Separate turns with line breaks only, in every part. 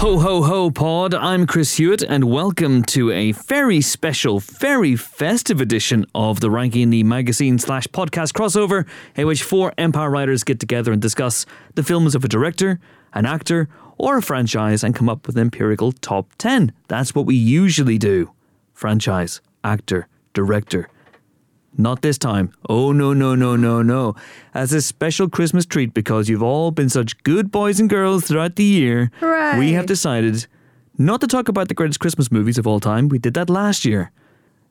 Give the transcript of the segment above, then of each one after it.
Ho, ho, ho, pod. I'm Chris Hewitt, and welcome to a very special, very festive edition of the Ranking the Magazine slash podcast crossover, in which four Empire writers get together and discuss the films of a director, an actor, or a franchise and come up with an empirical top 10. That's what we usually do franchise, actor, director. Not this time. Oh, no, no, no, no, no. As a special Christmas treat, because you've all been such good boys and girls throughout the year,
Hooray.
we have decided not to talk about the greatest Christmas movies of all time. We did that last year.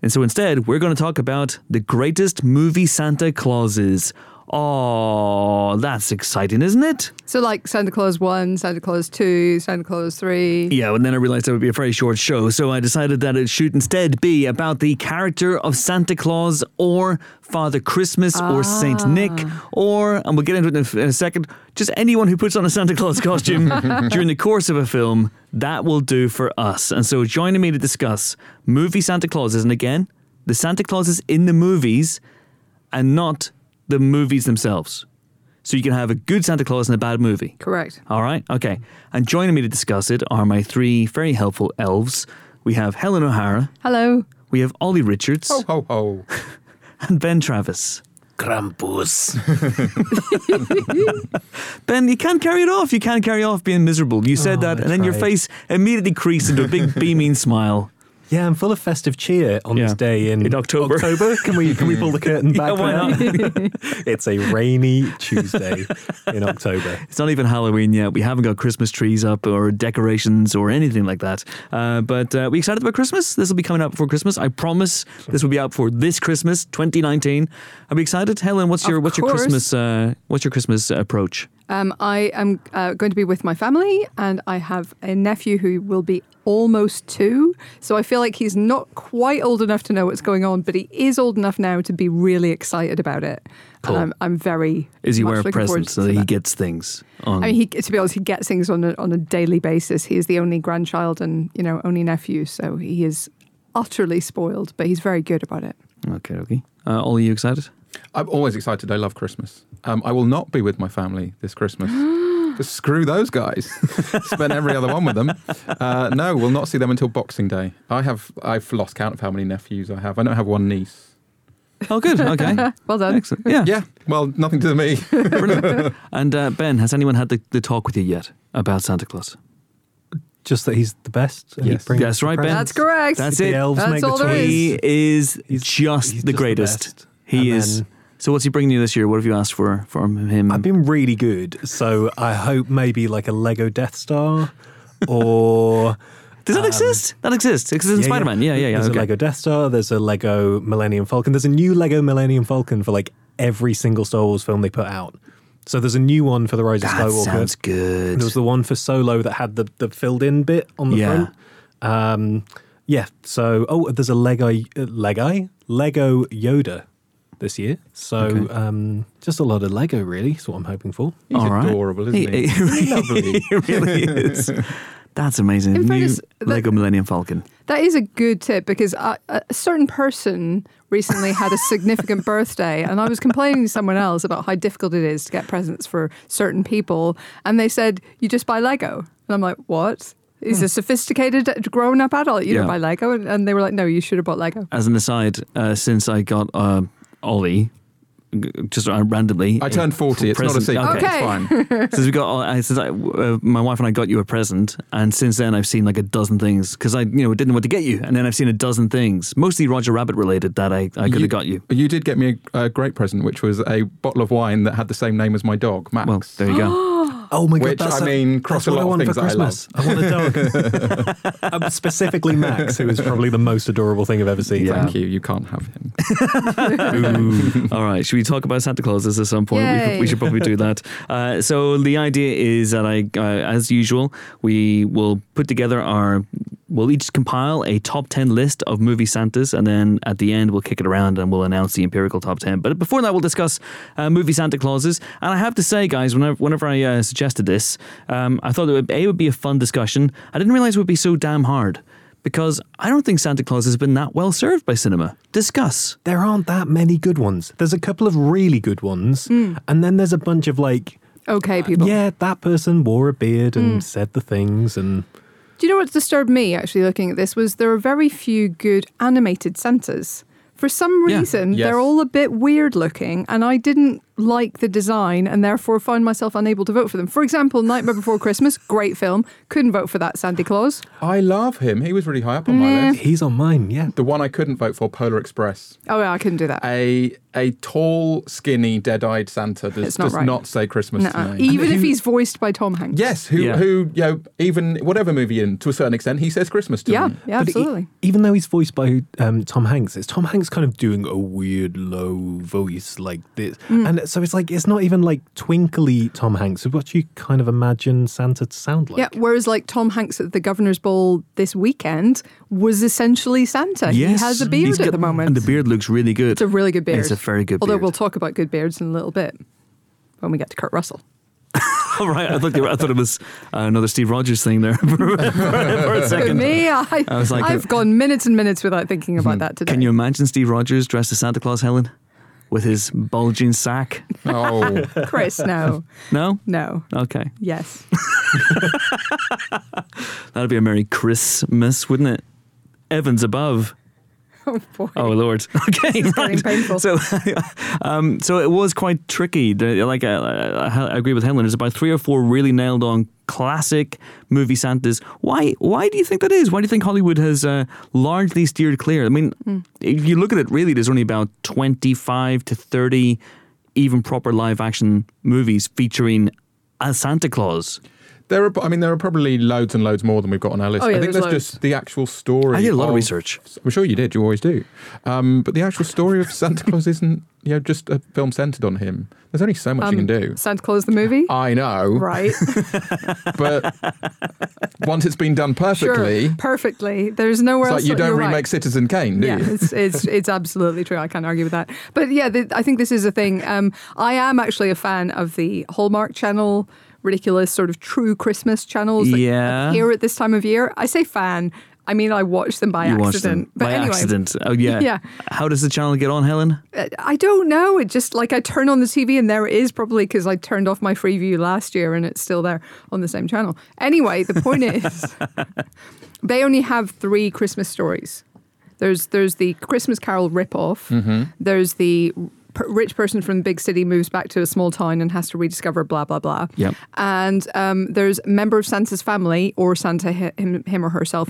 And so instead, we're going to talk about the greatest movie Santa Clauses. Oh, that's exciting, isn't it?
So like Santa Claus one, Santa Claus two, Santa Claus three.
Yeah, and then I realized that would be a very short show, so I decided that it should instead be about the character of Santa Claus or Father Christmas or Saint Nick or, and we'll get into it in a f- in a second, just anyone who puts on a Santa Claus costume during the course of a film. That will do for us. And so joining me to discuss movie Santa Clauses, and again, the Santa Clauses in the movies and not the movies themselves. So you can have a good Santa Claus and a bad movie.
Correct.
All right, okay. And joining me to discuss it are my three very helpful elves. We have Helen O'Hara,
Hello.
we have Ollie Richards,
ho ho.
and Ben Travis.
Krampus.
Ben, you can't carry it off. You can't carry off being miserable. You said
Oh,
that,
I
and then your
tried.
face immediately creased into a big beaming smile.
Yeah, I'm full of festive cheer on
Yeah.
this day in,
In October.
Can we can we pull the curtain back?
why
now? it's a rainy Tuesday in October.
It's not even Halloween yet. We haven't got Christmas trees up or decorations or anything like that. Uh, but uh, we excited about Christmas. This will be coming out before Christmas. I promise this will be out for this Christmas, 2019. Are we excited, Helen? What's your
Of
what's your
course.
Christmas uh, what's your Christmas approach?
Um, I am uh, going to be with my family, and I have a nephew who will be almost two. So I feel like he's not quite old enough to know what's going on, but he is old enough now to be really excited about it.
Cool.
And I'm, I'm very.
Is he
much
wearing
looking forward
presents so
to
that he
that.
gets things on?
I mean, he, to be honest, he gets things on a, on a daily basis. He is the only grandchild and you know only nephew, so he is utterly spoiled. But he's very good about it.
okay, okay. Uh, all are you excited?
I'm always excited. I love Christmas. Um, I will not be with my family this Christmas. Just screw those guys. Spent every other one with them. Uh, no, we'll not see them until Boxing Day. I have. I've lost count of how many nephews I have. I don't have one niece.
Oh, good. Okay.
Well done.
Excellent. Yeah.
Yeah. Well, nothing to me.
Brilliant. And uh, Ben, has anyone had the, the talk with you yet about Santa Claus?
Just that he's the best. and he
Yes.
brings
That's
the
right, Ben.
That's
presents.
correct.
That's
The
it.
elves
That's
make the
all there
toys.
is.
He is
He's-
just
he's
the
just the
greatest.
best.
he
And
is.
then-
so what's he bringing you this year? What have you asked for from him?
I've been really good, so I hope maybe like a Lego Death Star, or
Does that
um,
exist? That exists. It exists in Spider-Man. Yeah, yeah, yeah.
There's
okay.
a Lego Death Star. There's a Lego Millennium Falcon. There's a new Lego Millennium Falcon for like every single Star Wars film they put out. So there's a new one for the Rise
that
of Skywalker.
sounds good.
There was the one for Solo that had the, the filled in bit on the
Yeah.
front. Um, yeah. So oh, there's a Lego Lego Lego Yoda this year. So
Okay.
um, just a lot of Lego, really, is what I'm hoping for.
He's
All right.
adorable, isn't he? Lovely.
It really is. That's amazing.
In
New
fairness, that-
Lego Millennium Falcon.
That is a good tip because a, a certain person recently had a significant birthday, and I was complaining to someone else about how difficult it is to get presents for certain people, and they said you just buy Lego, and I'm like, what? He's a sophisticated grown-up adult. You
Hmm. Yeah.
don't buy Lego, and, and they were like, "No, you should have bought Lego."
As an aside, uh, since I got uh, Ollie, g- just uh, randomly,
I turned forty. It's not a
Present.
secret.
Okay.
Okay.
It's fine.
since we got uh, since I, uh, my wife and I got you a present, and since then I've seen like a dozen things because I you know didn't know what to get you, and then I've seen a dozen things, mostly Roger Rabbit related that I, I could have got you.
You did get me a, a great present, which was a bottle of wine that had the same name as my dog, Max.
Well, there you go.
Oh my god!
Which,
that's
I
a-
mean, cross
that's
a
what
lot
I
of things
want for
that I love.
Christmas. I, want a dog. um, specifically Max, who is probably the most adorable thing I've ever seen.
Yeah.
Thank you. You can't have him.
All right, should we talk about Santa Clauses at some point? We,
Yay.
we should probably do that. Uh, so the idea is that I, uh, as usual, we will put together our. We'll each compile a top 10 list of movie Santas, and then at the end, we'll kick it around and we'll announce the empirical top 10. But before that, we'll discuss uh, movie Santa Clauses. And I have to say, guys, whenever, whenever I uh, suggested this, um, I thought it would, A, would be a fun discussion. I didn't realize it would be so damn hard because I don't think Santa Claus has been that well served by cinema. Discuss.
There aren't that many good ones. There's a couple of really good ones, and then there's a bunch of like,
Okay, people.
yeah, that person wore a beard and said the things, and
Do you know what disturbed me actually looking at this was there are very few good animated Santas. For some
Yeah.
reason,
Yes.
they're all a bit weird looking, and I didn't like the design and therefore find myself unable to vote for them. For example, Nightmare Before Christmas, great film, couldn't vote for that Santa Claus.
I love him. He was really high up on
Mm.
my list.
He's on mine, yeah.
The one I couldn't vote for, Polar Express.
Oh, yeah, I couldn't do that.
A a tall, skinny, dead-eyed Santa does,
It's not
does
right.
not say Christmas
Nuh-uh. E-
to me.
Even if he's voiced by Tom Hanks.
yes, who
Yeah.
who you know, even whatever movie you're in, to a certain extent, he says Christmas to
Yeah,
me.
yeah,
But e-
absolutely.
even though he's voiced by um, Tom Hanks, it's Tom Hanks kind of doing a weird low voice like this,
Mm.
and so it's like it's not even like twinkly Tom Hanks, is what you kind of imagine Santa to sound like.
Yeah, whereas like Tom Hanks at the Governor's Ball this weekend was essentially Santa. He has a beard
He's
at
got-
the moment.
And the beard looks really good.
It's a really good beard.
It's a very good
Although
beard.
we'll talk about good beards in a little bit when we get to Kurt Russell.
All right, I thought, they were- I thought it was uh, another Steve Rogers thing there for, for- for a
For
second.
me, I,
I was like, Hmm.
I've gone minutes and minutes without thinking about that today.
Can you imagine Steve Rogers dressed as Santa Claus, Helen? With his bulging sack?
Oh,
Chris, no.
No?
No.
Okay.
Yes.
That'd be a Merry Christmas, wouldn't it? Evans above.
Oh, boy.
Oh Lord. Okay.
Getting painful.
So, um, so it was quite tricky. The- Like I, I, I agree with Helen. There's about three or four really nailed on classic movie Santas. Why? Why do you think that is? Why do you think Hollywood has uh, largely steered clear? I mean,
Hmm.
if you look at it, really, there's only about 25 to 30 even proper live action movies featuring a Santa Claus.
there are. I mean, there are probably loads and loads more than we've got on our list.
Oh, yeah,
I think
there's
that's
loads.
just the actual story.
I did a lot of
of
research.
I'm sure you did. You always do. Um, but the actual story of Santa Claus isn't you know just a film centered on him. There's only so much
Um,
you can do.
Santa Claus the movie?
Oh.
I know,
right.
but once it's been done perfectly,
Sure. Perfectly. There's nowhere
it's like
else
you
that-
don't
you're
remake
right.
Citizen Kane, do
yeah,
you?
it's, it's it's absolutely true. I can't argue with that. But yeah, th I think this is a thing. Um, I am actually a fan of the Hallmark Channel, ridiculous sort of true Christmas channels. That
Yeah.
appear at this time of year. I say fan. I mean, I watch them by
You watched
accident.
them by accident. Oh yeah.
Yeah. Uh,
How does the channel get on, Helen?
I don't know. It just like I turn on the TV and there it is, probably because I turned off my free view last year and it's still there on the same channel. Anyway, the point is, they only have three Christmas stories. There's there's the Christmas Carol ripoff. There's the p- rich person from the big city moves back to a small town and has to rediscover blah blah blah.
Yep.
And um, there's member of Santa's family or Santa hi- him him or herself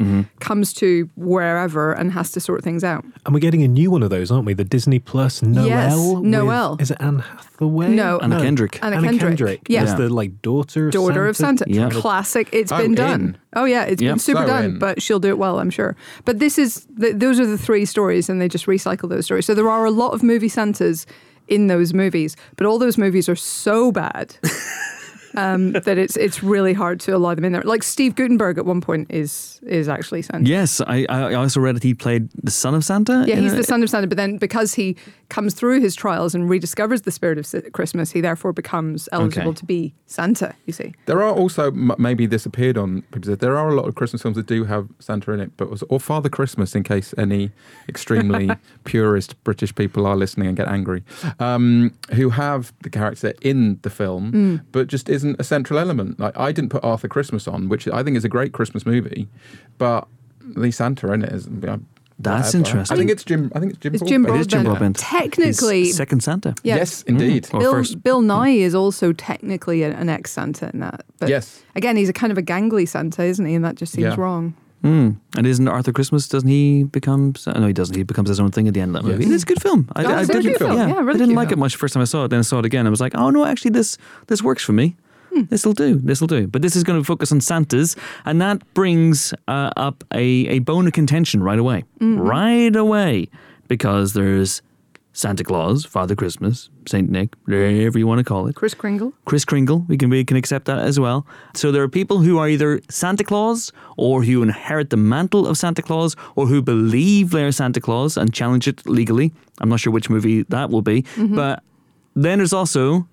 comes to wherever and has to sort things out.
And we're getting a new one of those, aren't we? The Disney Plus Noel.
Yes,
with-
Noel.
is it Anne Hathaway?
No. Anna
Kendrick.
Anna
Anna,
Kendrick.
Kendrick.
Yeah.
As the like daughter of
daughter of Santa.
Yeah.
Classic. It's
Oh,
been
in.
done. Oh yeah, it's
Yeah.
been super
So
done.
in.
But she'll do it well, I'm sure. But this is th- those are the three stories, and they just recycle those stories. So there are a lot of movie Santas in those movies, but all those movies are so bad. um, that it's it's really hard to allow them in there. Like Steve Gutenberg at one point is is actually Santa.
Yes, I, I also read that he played the son of Santa.
Yeah,
in
he's
a-
the son of Santa, but then because he comes through his trials and rediscovers the spirit of S- Christmas, he therefore becomes eligible
Okay.
to be Santa. You see,
There are also m- maybe this appeared on people's list, There are a lot of Christmas films that do have Santa in it, but was or Father Christmas in case any extremely purist British people are listening and get angry, um, who have the character in the film,
Hmm.
but just isn't a central element. Like I didn't put Arthur Christmas on, which I think is a great Christmas movie, but the Santa in it is. uh,
That's
whatever.
interesting.
I think it's Jim. I think it's Jim.
it's Jim
It
Broadbent.
is Jim Broadbent.
Technically,
He's second Santa.
yeah,
Yes, indeed.
Or
Bill,
first.
Bill Nye is also technically an, an ex Santa in that. But
Yes.
Again, he's a kind of a gangly Santa, isn't he? And that just seems
Yeah.
wrong.
Mm. And isn't Arthur Christmas? Doesn't he become? Sa- No, he doesn't. He becomes his own thing at the end of that
Yes.
movie. And It's a good film. I,
Oh,
I
it's a
didn't,
good film. Yeah, really
I didn't
cute
like it
film.
much first time I saw it. Then I saw it again. I was like, oh no, actually this this works for me.
Hmm.
This will do. This will do. But this is going to focus on Santas, and that brings uh, up a a bone of contention right away,
Mm-hmm.
right away, because there's Santa Claus, Father Christmas, Saint Nick, whatever you want to call it.
Chris Kringle?
Chris Kringle, we can we can accept that as well. So there are people who are either Santa Claus or who inherit the mantle of Santa Claus or who believe they're Santa Claus and challenge it
Mm-hmm.
legally. I'm not sure which movie that will be, but then there's also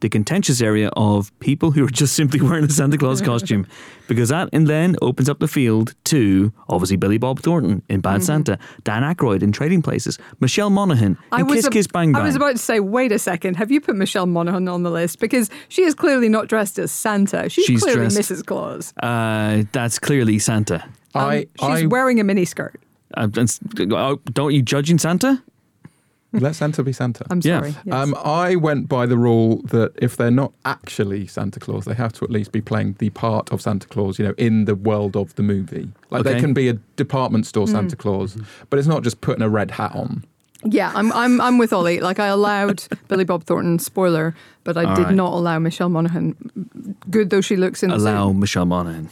the contentious area of people who are just simply wearing a Santa Claus costume, because that and then opens up the field to obviously Billy Bob Thornton in
Mm-hmm.
Bad Santa, Dan Aykroyd in Trading Places, Michelle Monaghan in Kiss
ab-
Kiss Bang Bang.
I was about to say, wait a second, have you put Michelle Monaghan on the list? Because she is clearly not dressed as Santa. She's,
She's
clearly
dressed-
Mrs. Claus.
uh, that's clearly Santa.
Um,
I,
she's
I
wearing a miniskirt.
Uh, that's- oh, don't you judging Santa?
let Santa be Santa.
I'm
Yeah.
sorry. yes.
Um, I went by the rule that if they're not actually Santa Claus, they have to at least be playing the part of Santa Claus, you know, in the world of the movie. Like
Okay. Mm-hmm.
they can be a department store
Mm.
Santa Claus, but it's not just putting a red hat on.
yeah, I'm, I'm, I'm with Ollie. Like, I allowed Billy Bob Thornton, spoiler, but I
All
did
right.
not allow Michelle Monaghan, good though she looks in the
Allow
suit.
Michelle Monaghan.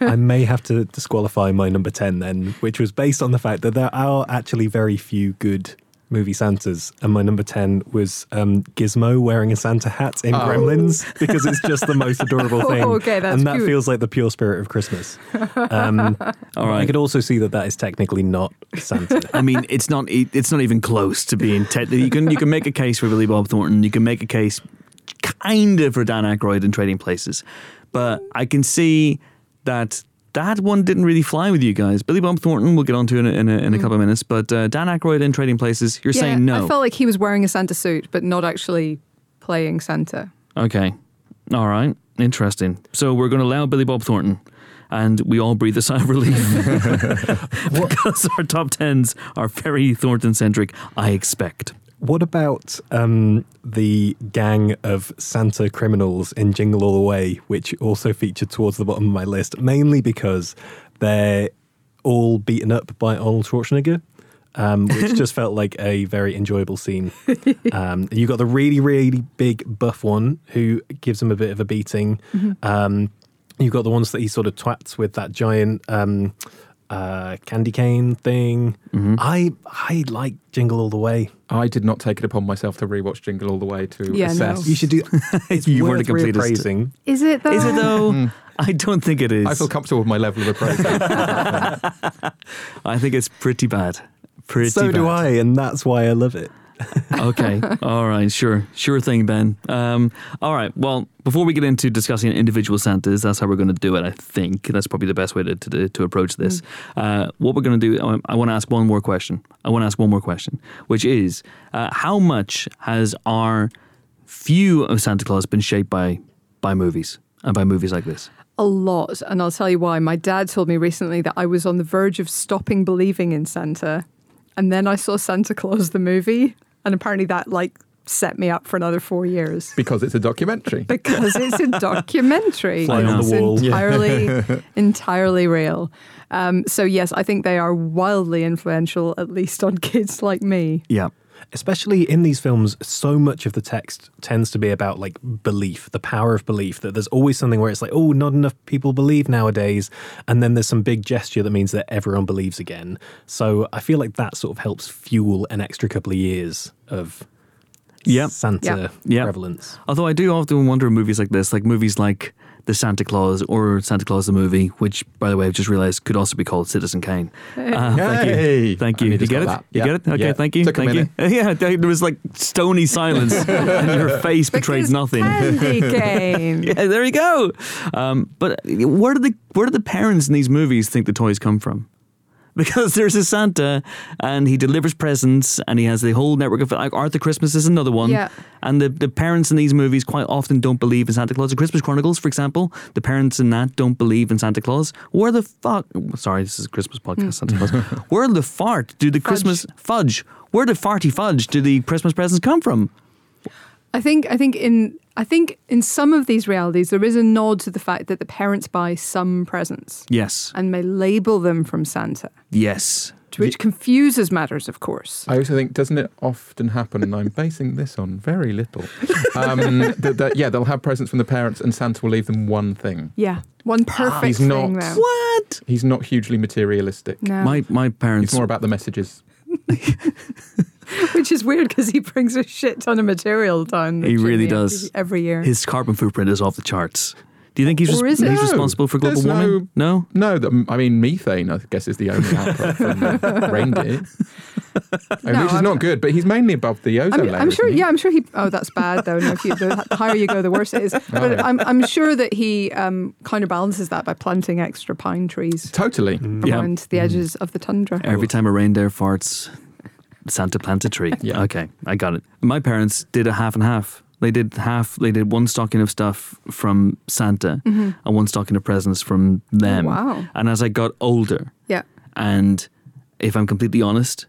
I may have to disqualify my number 10 then, which was based on the fact that there are actually very few good movie Santas. And my number 10 was um, Gizmo wearing a Santa hat in Gremlins because it's just the most adorable thing.
Oh. Okay, that's
And that
cute.
feels like the pure spirit of Christmas. Um,
All
I
right.
could also see that that is technically not Santa.
I mean, it's not e- it's not even close to being. Te- you can you can make a case for Billy Bob Thornton. You can make a case, kind of, for Dan Aykroyd in Trading Places, but I can see that that one didn't really fly with you guys. Billy Bob Thornton, we'll get onto in a, in a, in a couple of minutes, but uh, Dan Aykroyd in Trading Places, you're
Mm. Yeah,
saying no.
I felt like he was wearing a Santa suit, but not actually playing Santa.
okay, all right, interesting. So we're going to allow Billy Bob Thornton. And we all breathe a sigh of relief because our top tens are very Thornton centric, I expect.
What about um, the gang of Santa criminals in Jingle All the Way, which also featured towards the bottom of my list, mainly because they're all beaten up by Arnold Schwarzenegger, um, which just felt like a very enjoyable scene. Um, you got the really, really big buff one who gives him a bit of a beating. Um, you got the ones that he sort of twats with that giant um, uh, candy cane thing. I I like Jingle All the Way.
I did not take it upon myself to rewatch Jingle All the Way to
Yeah, no.
assess.
You should do. It's
You were
worth
the completest.
reappraising.
Is it though?
Is it though? I don't think it is.
I feel comfortable with my level of appraisal.
I think it's pretty bad. Pretty
So
bad.
do I, and that's why I love it.
Okay. All right. Sure. Sure thing, Ben. Um, all right. Well, before we get into discussing individual Santas, that's how we're going to do it, I think. That's probably the best way to, to, to approach this. Uh, what we're going to do, I- I want to ask one more question. I want to ask one more question, which is uh, how much has our view of Santa Claus been shaped by, by movies and by movies like this?
A lot. And I'll tell you why. My dad told me recently that I was on the verge of stopping believing in Santa. And then I saw Santa Claus the movie. And apparently that like set me up for another four years.
because it's a documentary.
Because it's a documentary.
Fly on
It's
the wall.
Entirely, entirely real. Um, so yes, I think they are wildly influential, at least on kids like me.
Yeah.
Especially in these films, so much of the text tends to be about like belief, the power of belief. That there's always something where it's like, oh, not enough people believe nowadays, and then there's some big gesture that means that everyone believes again. So I feel like that sort of helps fuel an extra couple of years of
Yep.
Santa
Yep.
prevalence.
Although I do often wonder in movies like this, like movies like The Santa Claus or Santa Claus the Movie, which, by the way, I've just realized could also be called Citizen Kane. Uh,
Hey.
Thank
I
you.
need
Thank you. You
to
get
stop
it?
that.
You
Yeah.
get it? Okay,
Yeah.
thank you.
Took a
thank you. Yeah, there was like stony silence and your face betrays
Because
nothing.
Candy cane.
Yeah, there you go. Um, but where do the where do the parents in these movies think the toys come from? Because there's a Santa and he delivers presents and he has the whole network of like Arthur Christmas is another one.
Yeah.
And the, the parents in these movies quite often don't believe in Santa Claus. The Christmas Chronicles, for example, the parents in that don't believe in Santa Claus. Where the fuck sorry, this is a Christmas podcast, Santa Claus. Where the fart do the Christmas fudge? Where the farty fudge do the Christmas presents come from?
I think I think in I think in some of these realities there is a nod to the fact that the parents buy some presents
Yes.
and may label them from Santa,
Yes.
to which confuses matters, of course.
Uh,
I also think, doesn't it often happen, and I'm basing this on very little, um, that, that, yeah, they'll have presents from the parents and Santa will leave them one thing.
Yeah, one perfect
he's
thing
not-
though.
Ah, What?
He's not hugely materialistic.
No,
My my
It's
parents
more about the messages.
which is weird because he brings a shit ton of material down. the
He really
chimney
does.
every year.
His carbon footprint is off the charts. Do you think he's,
Or
res-
is it?
he's
No,
responsible for global
there's
warming? No.
No, the, I mean methane. I guess is the only output from the reindeer, And
No,
which is
I'm-
not good. But he's mainly above the ozone
I'm,
layer.
I'm sure.
isn't he?
Yeah, I'm sure he. Oh, that's bad though. No, if you, the higher you go, the worse it is. But
yeah.
I'm, I'm sure that he um, counterbalances that by planting extra pine trees
totally.
Yeah. Mm.
around the edges of the tundra.
Every time a reindeer farts, Santa plants a tree.
Yeah.
Okay, I got it. My parents did a half and half. They did half. They did one stocking of stuff from Santa and one stocking of presents from them.
Mm-hmm. Oh, wow.
And as I got older,
Yeah.
and if I'm completely honest,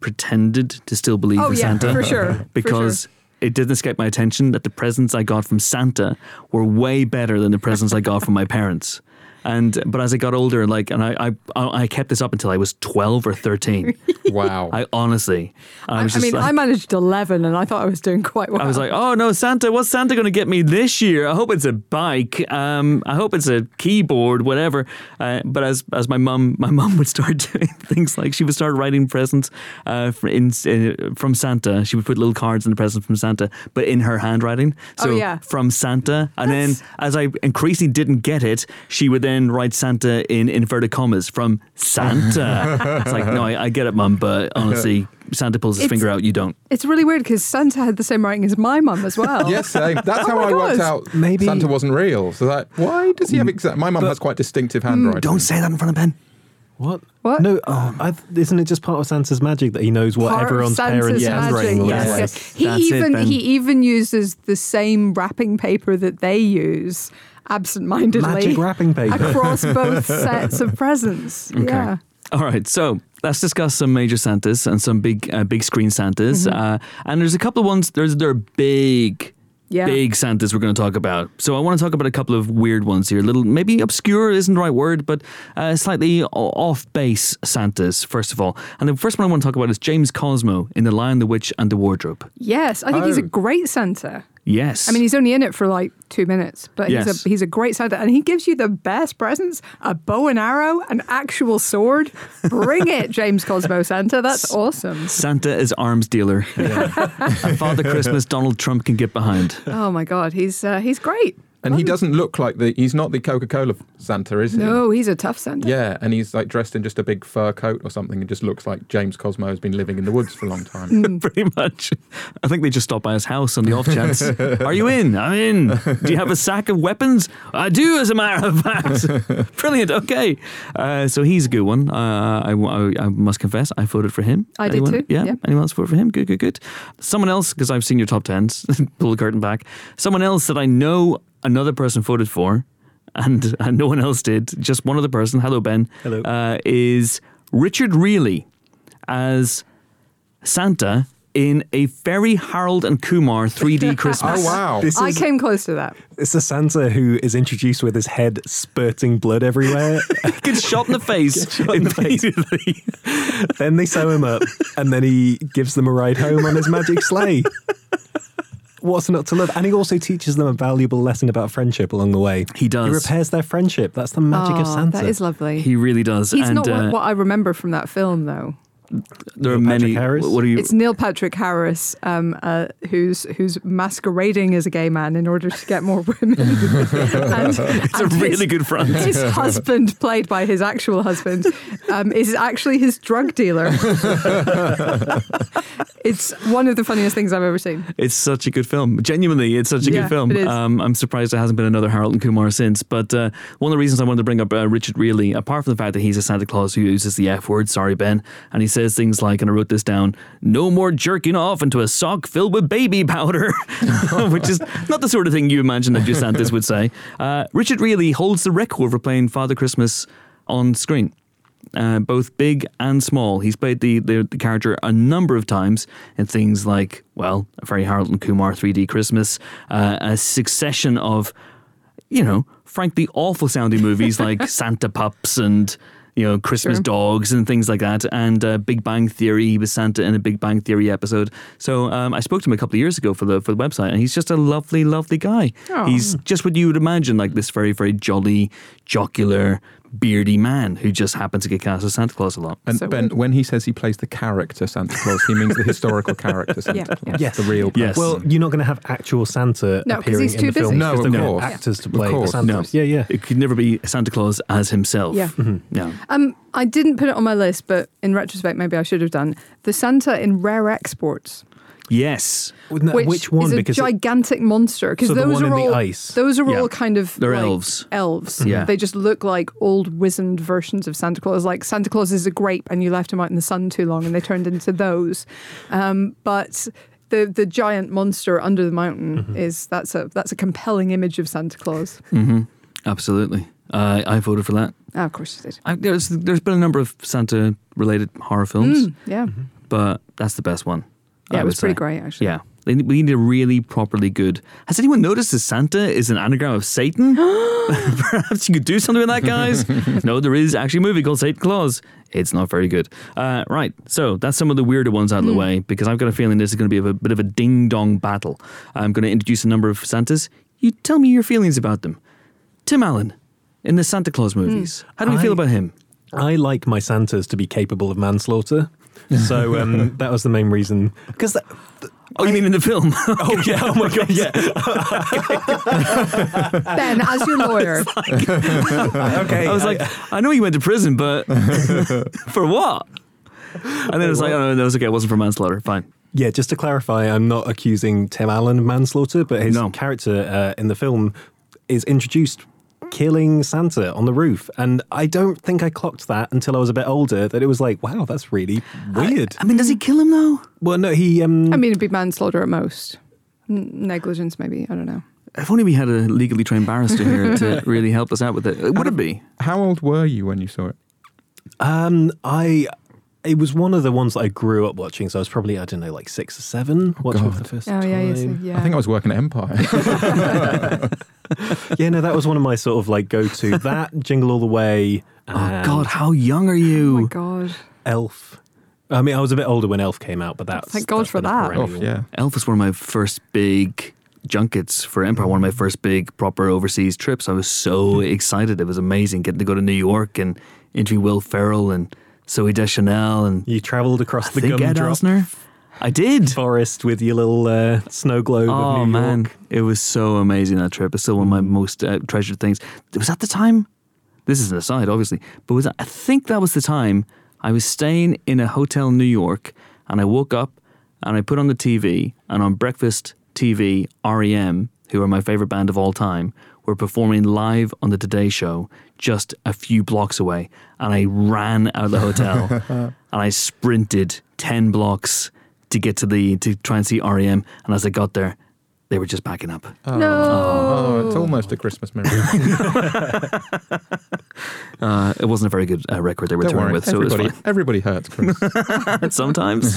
pretended to still believe
Oh
in
yeah,
Santa
for sure. for sure.
because it didn't escape my attention that the presents I got from Santa were way better than the presents I got from my parents. And but as I got older, like, and I I, I kept this up until I was twelve or thirteen.
Wow.
I honestly, and I
I,
was
I
just
mean,
like,
I managed eleven, and I thought I was doing quite well.
I was like, oh no, Santa, what's Santa going to get me this year? I hope it's a bike. Um, I hope it's a keyboard, whatever. Uh, but as as my mum, my mum would start doing things like she would start writing presents uh, fr- in, uh, from Santa. She would put little cards in the present from Santa, but in her handwriting. So
Oh, yeah.
from Santa, and
That's-
then as I increasingly didn't get it, she would then write Santa in inverted commas from Santa. it's like, no, I, I get it, mum, but honestly, Santa pulls his
It's-
finger out, you don't.
it's really weird because Santa had the same writing as my mum as well.
Yes, same. That's how
Oh my
I worked
God.
out
Maybe-
Santa wasn't real. So that Mm. why does he have exact? My mum has quite
Mm.
distinctive handwriting.
Don't say that in front of Ben.
What?
What?
No, oh, I, th- isn't it just part of Santa's magic that he knows what
Part of
everyone's
Santa's
parents'
magic,
handwriting looks
yes,
yes.
like?
yes. He
That's it,
even
Ben.
he even uses the same wrapping paper that they use absentmindedly
Magic wrapping paper.
across both sets of presents. Yeah.
All right. So let's discuss some major Santas and some big uh, big screen Santas.
Mm-hmm.
Uh, and there's a couple of ones. There's there are big.
Yeah.
Big Santas we're going to talk about. So I want to talk about a couple of weird ones here. Little, maybe obscure isn't the right word, but uh, slightly o- off base Santas. First of all, and the first one I want to talk about is James Cosmo in The Lion, the Witch, and the Wardrobe.
Yes, I think he's a
Oh.
great Santa.
Yes,
I mean, he's only in it for like two minutes, but
Yes.
he's a he's a great Santa, and he gives you the best presents: a bow and arrow, an actual sword. Bring it, James Cosmo Santa. That's awesome.
Santa is arms dealer. And Father Christmas, Donald Trump can get behind.
Oh my God, he's uh, he's great.
And he doesn't look like the. He's not the Coca Cola Santa, is he?
No, he's a tough Santa.
Yeah, and he's like dressed in just a big fur coat or something, and just looks like James Cosmo has been living in the woods for a long time.
Mm.
pretty much. I think they just stopped by his house on the off chance. Are you in? I'm in. Do you have a sack of weapons? I do, as a matter of fact. Brilliant. Okay. Uh, so he's a good one. Uh, I, I, I must confess, I voted for him.
I did
Anyone?
too,
Yeah.
yeah.
Anyone else vote for him? Good, good, good. Someone else, because I've seen your top tens, pull the curtain back. Someone else that I know another person voted for, and, and no one else did, just one other person. Hello, Ben.
Hello.
Uh, is Richard Reilly as Santa in a very Harold and Kumar 3D Christmas.
oh wow!
This
I
is,
came close to that.
it's the Santa who is introduced with his head spurting blood everywhere.
Gets shot in the face immediately.
then they sew him up, and then he gives them a ride home on his magic sleigh. What's not to love? And he also teaches them a valuable lesson about friendship along the way.
He does.
He repairs their friendship. That's the magic of
Aw,
Santa.
That is lovely.
He really does.
He's
and
not
uh,
what, what I remember from that film, though.
there are
Patrick
many.
Harris?
What are you?
It's Neil Patrick Harris, um, uh, who's who's masquerading as a gay man in order to get more women. and,
It's a
and his-
really good front.
His husband, played by his actual husband, um, is actually his drug dealer. it's one of the funniest things I've ever seen.
It's such a good film. Genuinely, it's such a
Yeah,
good film.
it is.
Um, I'm surprised there hasn't been another Harold and Kumar since. But uh, one of the reasons I wanted to bring up uh, Richard Reilly, apart from the fact that he's a Santa Claus who uses the F word, sorry, Ben, and he says things like, and I wrote this down, no more jerking off into a sock filled with baby powder, which is not the sort of thing you imagine that your Santas would say. Uh, Richard Reilly holds the record for playing Father Christmas on screen uh, both big and small. He's played the, the, the character a number of times in things like, well, a very Harold and Kumar 3D Christmas, uh, a succession of, you know, frankly awful sounding movies like Santa Pups and. You know, Christmas
Sure.
dogs and things like that, and uh, Big Bang Theory. He was Santa in a Big Bang Theory episode. So um, I spoke to him a couple of years ago for the for the website, and he's just a lovely, lovely guy.
Aw.
He's just what you would imagine, like this very, very jolly, jocular, beardy man who just happens to get cast as Santa Claus a lot.
And
So
Ben,
weird.
when he says he plays the character Santa Claus, he means the historical character Santa
Yeah,
Claus,
yeah.
Yes.
the real.
Yes.
person.
Well, you're not going to have actual Santa
No, 'cause
appearing
he's
in
too
the
busy.
film because
No, of
they're gonna have
course.
actors to
Of
play the
course.
Santas. Yeah, yeah.
It could never be Santa Claus as himself. Mm-hmm.
Yeah.
No.
Um, I didn't put it on my list, but in retrospect, maybe I should have done the Santa in rare exports,
Yes.
Wouldn't that-
which,
one?
is a
because it-
gigantic monster. Because
So the
those
one
are
in the
all
ice.
those are
Yeah.
all kind of
They're
like,
elves.
Elves.
Yeah.
They just look like old wizened versions of Santa Claus. Like Santa Claus is a grape, and you left him out in the sun too long, and they turned into those. Um, but the the giant monster under the mountain
Mm-hmm.
is that's a that's a compelling image of Santa Claus.
hmm Absolutely. Uh, I voted for that.
Ah, of course, it did.
I, there's there's been a number of Santa related horror films,
Mm, yeah,
but that's the best one.
yeah,
I
it was
would
pretty
say.
great actually.
Yeah. They need- We need a really properly good. Has anyone noticed that Santa is an anagram of Satan? Perhaps you could do something with that, guys. no, there is actually a movie called Satan Claus. It's not very good. Uh, right. So that's some of the weirder ones out of the way because I've got a feeling this is going to be a bit of a ding dong battle. I'm going to introduce a number of Santas. You tell me your feelings about them. Tim Allen in the Santa Claus movies. How do we feel
I-
about him?
I like my Santas to be capable of manslaughter. So um, that was the main reason. Because
Oh, you mean in the film? oh, yeah. Oh, my God. Yeah.
Ben, as your lawyer,
okay,
I was like, I know you went to prison, but for what? And then it was like, oh, no, that was okay. It wasn't for manslaughter. Fine.
yeah. Just to clarify, I'm not accusing Tim Allen of manslaughter, but his
No.
character uh, in the film is introduced killing Santa on the roof, and I don't think I clocked that until I was a bit older. That it was like, wow, that's really weird.
I mean, does he kill him though?
well, no, he. Um,
I mean, it'd be manslaughter at most. N- negligence, maybe. I don't know.
If only we had a legally trained barrister here to really help us out with it. It Would it be?
How old were you when you saw it?
Um, I it was one of the ones that I grew up watching, so I was probably I don't know like six or seven watching it for the first
Oh
time.
yeah, yes, yeah.
I think I was working at Empire.
Yeah, no, that was one of my sort of like go to that jingle all the way.
Oh
and
God, how young are
oh my
you?
god.
Elf. I mean, I was a bit older when Elf came out, but that's
Thank God
that's
for
been a
that.
oh,
perennial.
yeah.
Elf was one of my first big junkets for Empire. One of my first big proper overseas trips. I was so excited. It was amazing getting to go to New York and interview Will Ferrell and Zoe Deschanel and
You travelled across
I
the
think Ed
gumdrop
Asner. I did.
forest with your little uh, snow globe. of
Oh
New
man,
York.
it was so amazing that trip. It's still one of my most uh, treasured things. It was at the time. This is an aside, obviously, but was I think that was the time I was staying in a hotel in New York, and I woke up and I put on the TV, and on breakfast TV, REM, E who are my favorite band of all time, were performing live on the Today Show just a few blocks away, and I ran out of the hotel and I sprinted ten blocks. To get to the to try and see REM, and as I got there, they were just packing up.
Oh.
No.
Oh, it's almost a Christmas memory.
Uh, it wasn't a very good uh, record they were
Don't
touring
worry.
with, so
everybody,
it was
everybody hurts, Chris.
fine sometimes.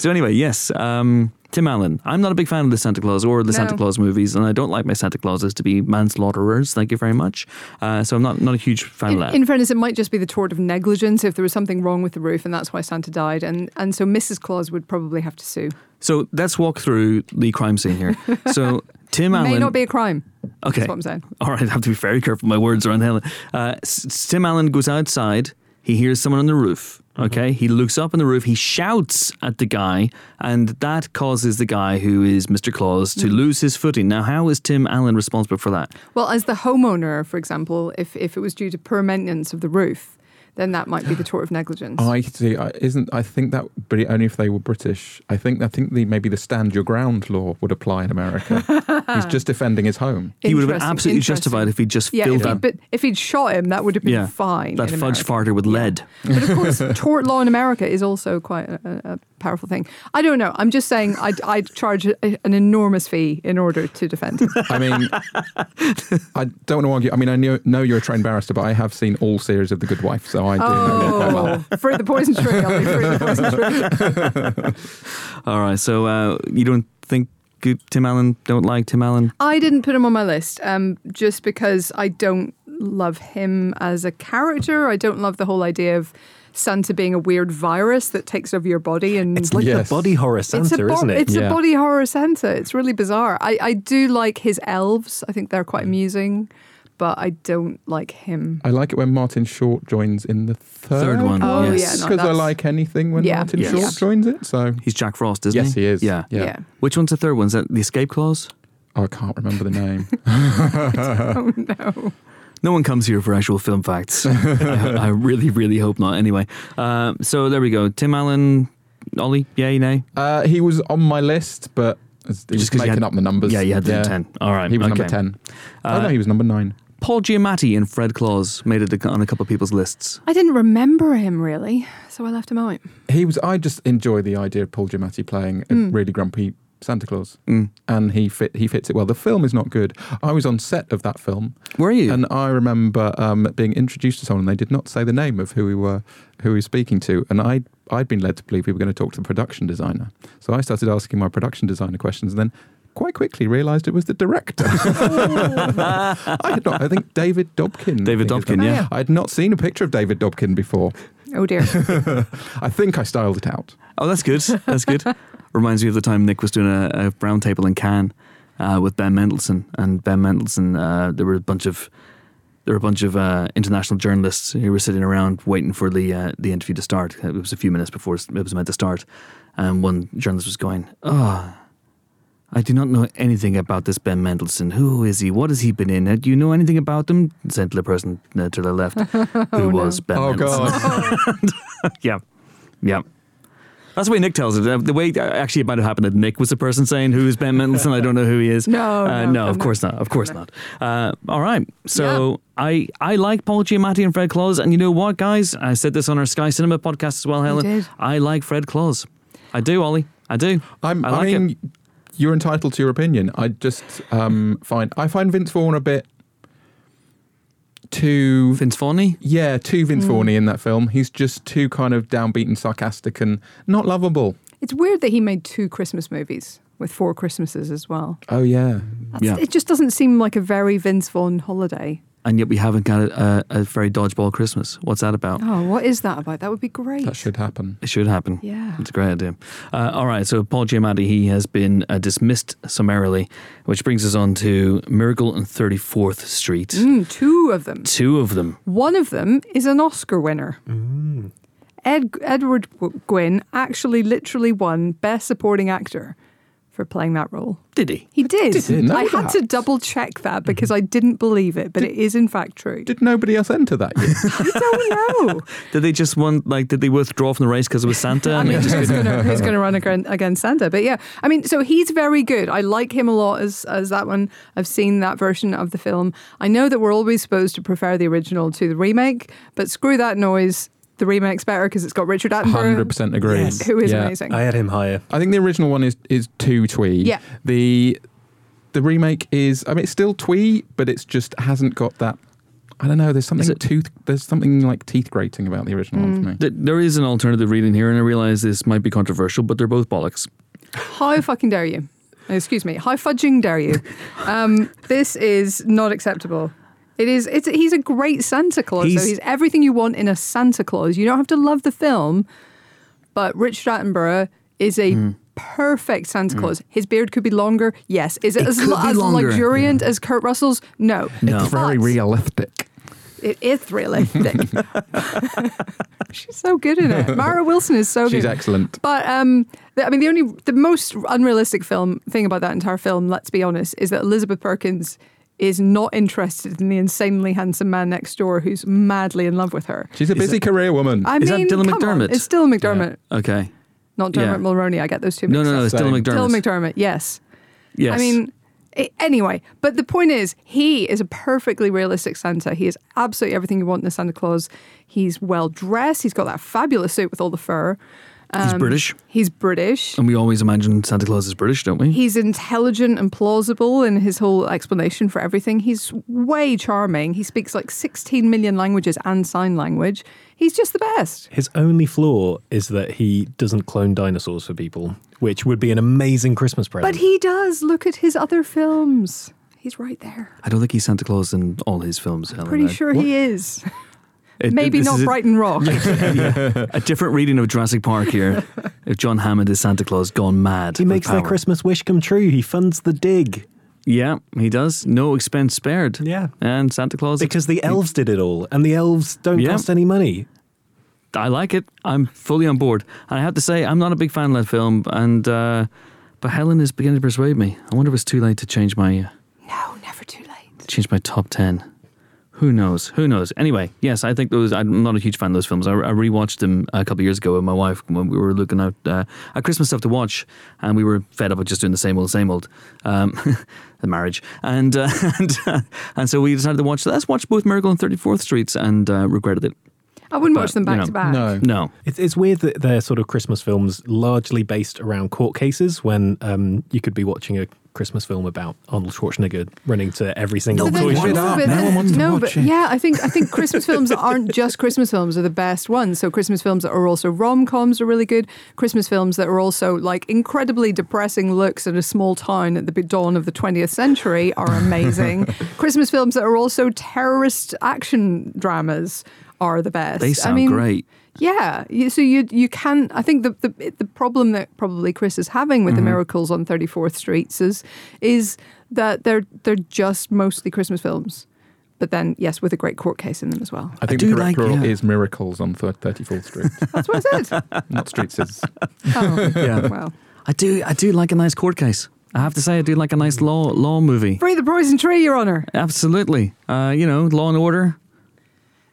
so anyway, yes, um, Tim Allen. I'm not a big fan of the Santa Claus or the Santa
No.
Claus movies, and I don't like my Santa Clauses to be manslaughterers. Thank you very much. Uh, so I'm not not a huge fan
In,
of that.
in fairness, it might just be the tort of negligence if there was something wrong with the roof, and that's why Santa died, and and so Mrs. Claus would probably have to sue.
so let's walk through the crime scene here. So Tim Allen
May not be a crime.
Okay.
That's what I'm saying.
All right, I have to be very careful. My words are on Helen. Uh, S- S- Tim Allen goes outside. He hears someone on the roof.
Mm-hmm.
Okay, he looks up on the roof. He shouts at the guy, and that causes the guy who is Mr. Claus
Mm-hmm.
to lose his footing. Now, how is Tim Allen responsible for that?
Well, as the homeowner, for example, if if it was due to poor maintenance of the roof, then that might be the tort of negligence.
Oh,
I see. I, isn't I think that would be only if they were British. I think I think the maybe the stand your ground law would apply in America. He's just defending his home.
He would have been
Interesting,
absolutely
interesting.
justified if he just
Yeah,
filled
if
that,
he'd, but if he'd shot him, that would have been
Yeah,
fine.
that
in
fudge
America.
farter with lead.
But of course, tort law in America is also quite a, a powerful thing. I don't know. I'm just saying I'd, I'd charge a, an enormous fee in order to defend. him.
I mean, I don't want to argue. I mean, I know, know you're a trained barrister, but I have seen all series of The Good Wife, so I do know you quite well.
Oh, free the poison tree. I'll be free the poison tree.
All right, so uh, you don't think good Tim Allen don't like Tim Allen?
I didn't put him on my list um, just because I don't love him as a character. I don't love the whole idea of Santa being a weird virus that takes over your body and
It's like
Yes.
the body horror Santa,
it's a bo-
isn't it?
It's a
Yeah.
body
Mm.
horror Santa. It's really bizarre. I, I do like his elves. I think they're quite amusing, but I don't like him.
I like it when Martin Short joins in the third,
Third one,
Oh, yeah,
yes.
no,
because I
that's-
like anything when
Yeah.
Martin
Yes.
Short joins it. So
He's Jack Frost, isn't
yes,
he?
he is.
Yeah.
yeah.
yeah.
Which one's the third one? Is that the escape clause?
Oh, I can't remember the name.
No one comes here for actual film facts. I, I really, really hope not. Anyway, uh, so there we go. Tim Allen, Ollie, yay, nay.
uh, he was on my list, but it's,
Just
it was
'cause you
making
had-
up the numbers.
Yeah, you had the 10. All right.
He was number
okay.
ten.
Uh,
oh no, he was number nine.
Paul Giamatti and Fred Claus made it on a couple of people's lists.
I didn't remember him really, so I left him out.
He was. I just enjoy the idea of Paul Giamatti playing a
Mm.
really grumpy Santa Claus,
Mm.
and he fit. He fits it well. The film is not good. I was on set of that film,
Where are you?
and I remember um, being introduced to someone. and They did not say the name of who we were, who we were speaking to, and I. I'd been led to believe we were going to talk to the production designer. So I started asking my production designer questions, and then quite quickly realised it was the director. I had not. I think David Dobkin. I
David
think is the
Dobkin,
name.
yeah.
I had not seen a picture of David Dobkin before.
Oh dear.
I think I styled it out.
Oh, that's good. That's good. Reminds me of the time Nick was doing a, a round table in Cannes uh, with Ben Mendelsohn, and Ben Mendelsohn. Uh, there were a bunch of there were a bunch of uh, international journalists who were sitting around waiting for the uh, the interview to start. It was a few minutes before it was meant to start, and one journalist was going, "Oh, I do not know anything about this Ben Mendelsohn. Who is he? What has he been in? Uh, Do you know anything about him?" Sent to the person uh, to the left, who was Ben.
oh
Mendelsohn.
God.
Yeah, yeah. That's the way Nick tells it. Uh, The way uh, actually it might have happened that Nick was the person saying who's Ben Mendelsohn. I don't know who he is.
No,
uh,
no,
no, of
no.
course not. Of course not. Uh, all right. So I I like Paul Giamatti and Fred Claus, and you know what, guys? I said this on our Sky Cinema podcast as well, Helen.
did.
I like Fred Claus. I do, Ollie. I do.
I'm,
I
I,
like
mean, you're entitled to your opinion. I just um, find I find Vince Vaughn a bit too
Vince Forney.
yeah too Vince Vaughn in that film. He's just too kind of downbeat and sarcastic and not lovable.
It's weird that he made two Christmas movies with four Christmases as well.
Oh yeah,
Yeah.
It just doesn't seem like a very Vince Vaughn holiday.
And yet we haven't got a, a, a very dodgeball Christmas. What's that about?
Oh, what is that about? That would be great.
that should happen.
It should happen.
Yeah.
It's a great idea. Uh, all right, so Paul Giamatti, he has been uh, dismissed summarily, which brings us on to Miracle on 34th Street.
Mm, two of them.
Two of them.
One of them is an Oscar winner.
Mm.
Ed, Edward Gw- Gwynn actually literally won Best Supporting Actor for playing that role.
Did he?
He did.
didn't know
I had to
that. Mm-hmm.
double check that because I didn't believe it, but it is in fact true.
Did nobody else enter that year?
I don't know.
Did they just want, like, did they withdraw from the race because it was Santa?
I
and they
mean,
just-
who's going to who's going to run again- against Santa? But yeah, I mean, so he's very good. I like him a lot as as that one. I've seen that version of the film. I know that we're always supposed to prefer the original to the remake, but screw that noise. The remake's better because it's got Richard
Hundred
Attenborough,
percent agree.
Yes.
who is
Yeah.
amazing.
I had him higher.
I think the original one is is too twee.
Yeah.
The the remake is I mean it's still twee, but it's just hasn't got that I don't know, there's something
it-
tooth there's something like teeth grating about the original one for
Mm.
me.
Th- There is an alternative reading here, and I realize this might be controversial, but they're both bollocks.
How fucking dare you? Excuse me. How fudging dare you? Um, this is not acceptable. It is. It's. He's a great Santa Claus.
He's-
so he's everything you want in a Santa Claus. You don't have to love the film, but Richard Attenborough is a
Hmm.
perfect Santa Claus. His beard could be longer. Yes. Is it,
It
as,
could
lu-
be
as
longer.
luxuriant as Kurt Russell's? No.
No.
It's very
But-
realistic.
It is realistic. She's so good in it. Mara Wilson is so
She's
good.
excellent.
But um, the, I mean, the only the most unrealistic film thing about that entire film, let's be honest, is that Elizabeth Perkins is not interested in the insanely handsome man next door who's madly in love with her.
She's a busy career woman.
I
Is that
mean,
Dylan
come on,
McDermott?
it's still McDermott,
Okay.
not Dermot
Yeah.
Mulroney. I get those two.
No,
mixed
no, no,
up.
it's Dylan
Same.
McDermott.
Dylan McDermott. Yes.
Yes.
I mean, a- anyway, but the point is, he is a perfectly realistic Santa. He is absolutely everything you want in a Santa Claus. He's well dressed. He's got that fabulous suit with all the fur. Um,
he's British,
He's British.
and we always imagine Santa Claus is British, don't we?
He's intelligent and plausible in his whole explanation for everything. He's way charming. He speaks like 16 million languages and sign language. He's just the best.
His only flaw is that he doesn't clone dinosaurs for people, which would be an amazing Christmas present.
But he does. Look at his other films. He's right there.
I don't think he's Santa Claus in all his films. Helen.
Pretty
I-
sure he is.
It-
Maybe
this
not
is a-
Brighton Rock.
A different reading of Jurassic Park here. if John Hammond is Santa Claus gone mad,
he
with
makes their
power.
Christmas wish come true. He funds the dig.
Yeah, he does. No expense spared.
Yeah.
And Santa Claus.
Because the elves did it all, and the elves don't
Yeah.
cost any money.
I like it. I'm fully on board. And I have to say, I'm not a big fan of that film, and uh, but Helen is beginning to persuade me. I wonder if it's too late to change my uh,
No, never too late.
change my top ten. Who knows? Who knows? Anyway, yes, I think those. I'm not a huge fan of those films. I, I rewatched them a couple of years ago with my wife when we were looking out uh, at Christmas stuff to watch, and we were fed up with just doing the same old, same old. Um, the marriage, and uh, and and so we decided to watch. Let's watch both Miracle and Thirty Fourth Streets, and uh, regretted it.
I wouldn't watch
But,
them
you
back
know,
to back.
No.
No,
It's, it's weird that they're sort of Christmas films largely based around court cases when um, you could be watching a Christmas film about Arnold Schwarzenegger running to every single
But then
toy
watch
shop.
it up. No one wants to
no,
watch
but
it.
yeah, I think I think Christmas films aren't just Christmas films are the best ones. So Christmas films that are also rom coms are really good. Christmas films that are also like incredibly depressing looks at a small town at the be- dawn of the 20th century are amazing. Christmas films that are also terrorist action dramas are the best.
they sound
I mean,
great.
Yeah, you- so you you can. I think the the, the problem that probably Chris is having with the miracles on Thirty Fourth Streets is is that they're they're just mostly Christmas films, but then yes, with a great court case in them as well.
I think
I
the
do
correct
like-
plural
yeah.
is miracles on Thir- 34th Street,
That's what I said.
not streets. Is
Oh,
Yeah.
well,
I do. I do like a nice court case. I have to say, I do like a nice law law movie.
free the poison tree, Your Honor.
Absolutely. Uh, you know, Law and Order,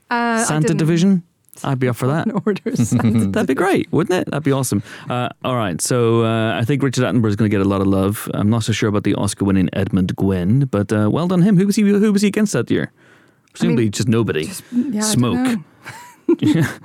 Uh, I
Santa
didn't-
Division. I'd be up for that.
in order, Santa
That'd be great, wouldn't it? That'd be awesome. Uh, all right, so uh, I think Richard Attenborough's going to get a lot of love. I'm not so sure about the Oscar-winning Edmund Gwynn, but uh, well done him. Who was he? Who was he against that year? Presumably just nobody.
Division. Yeah, I don't
Smoke.
know.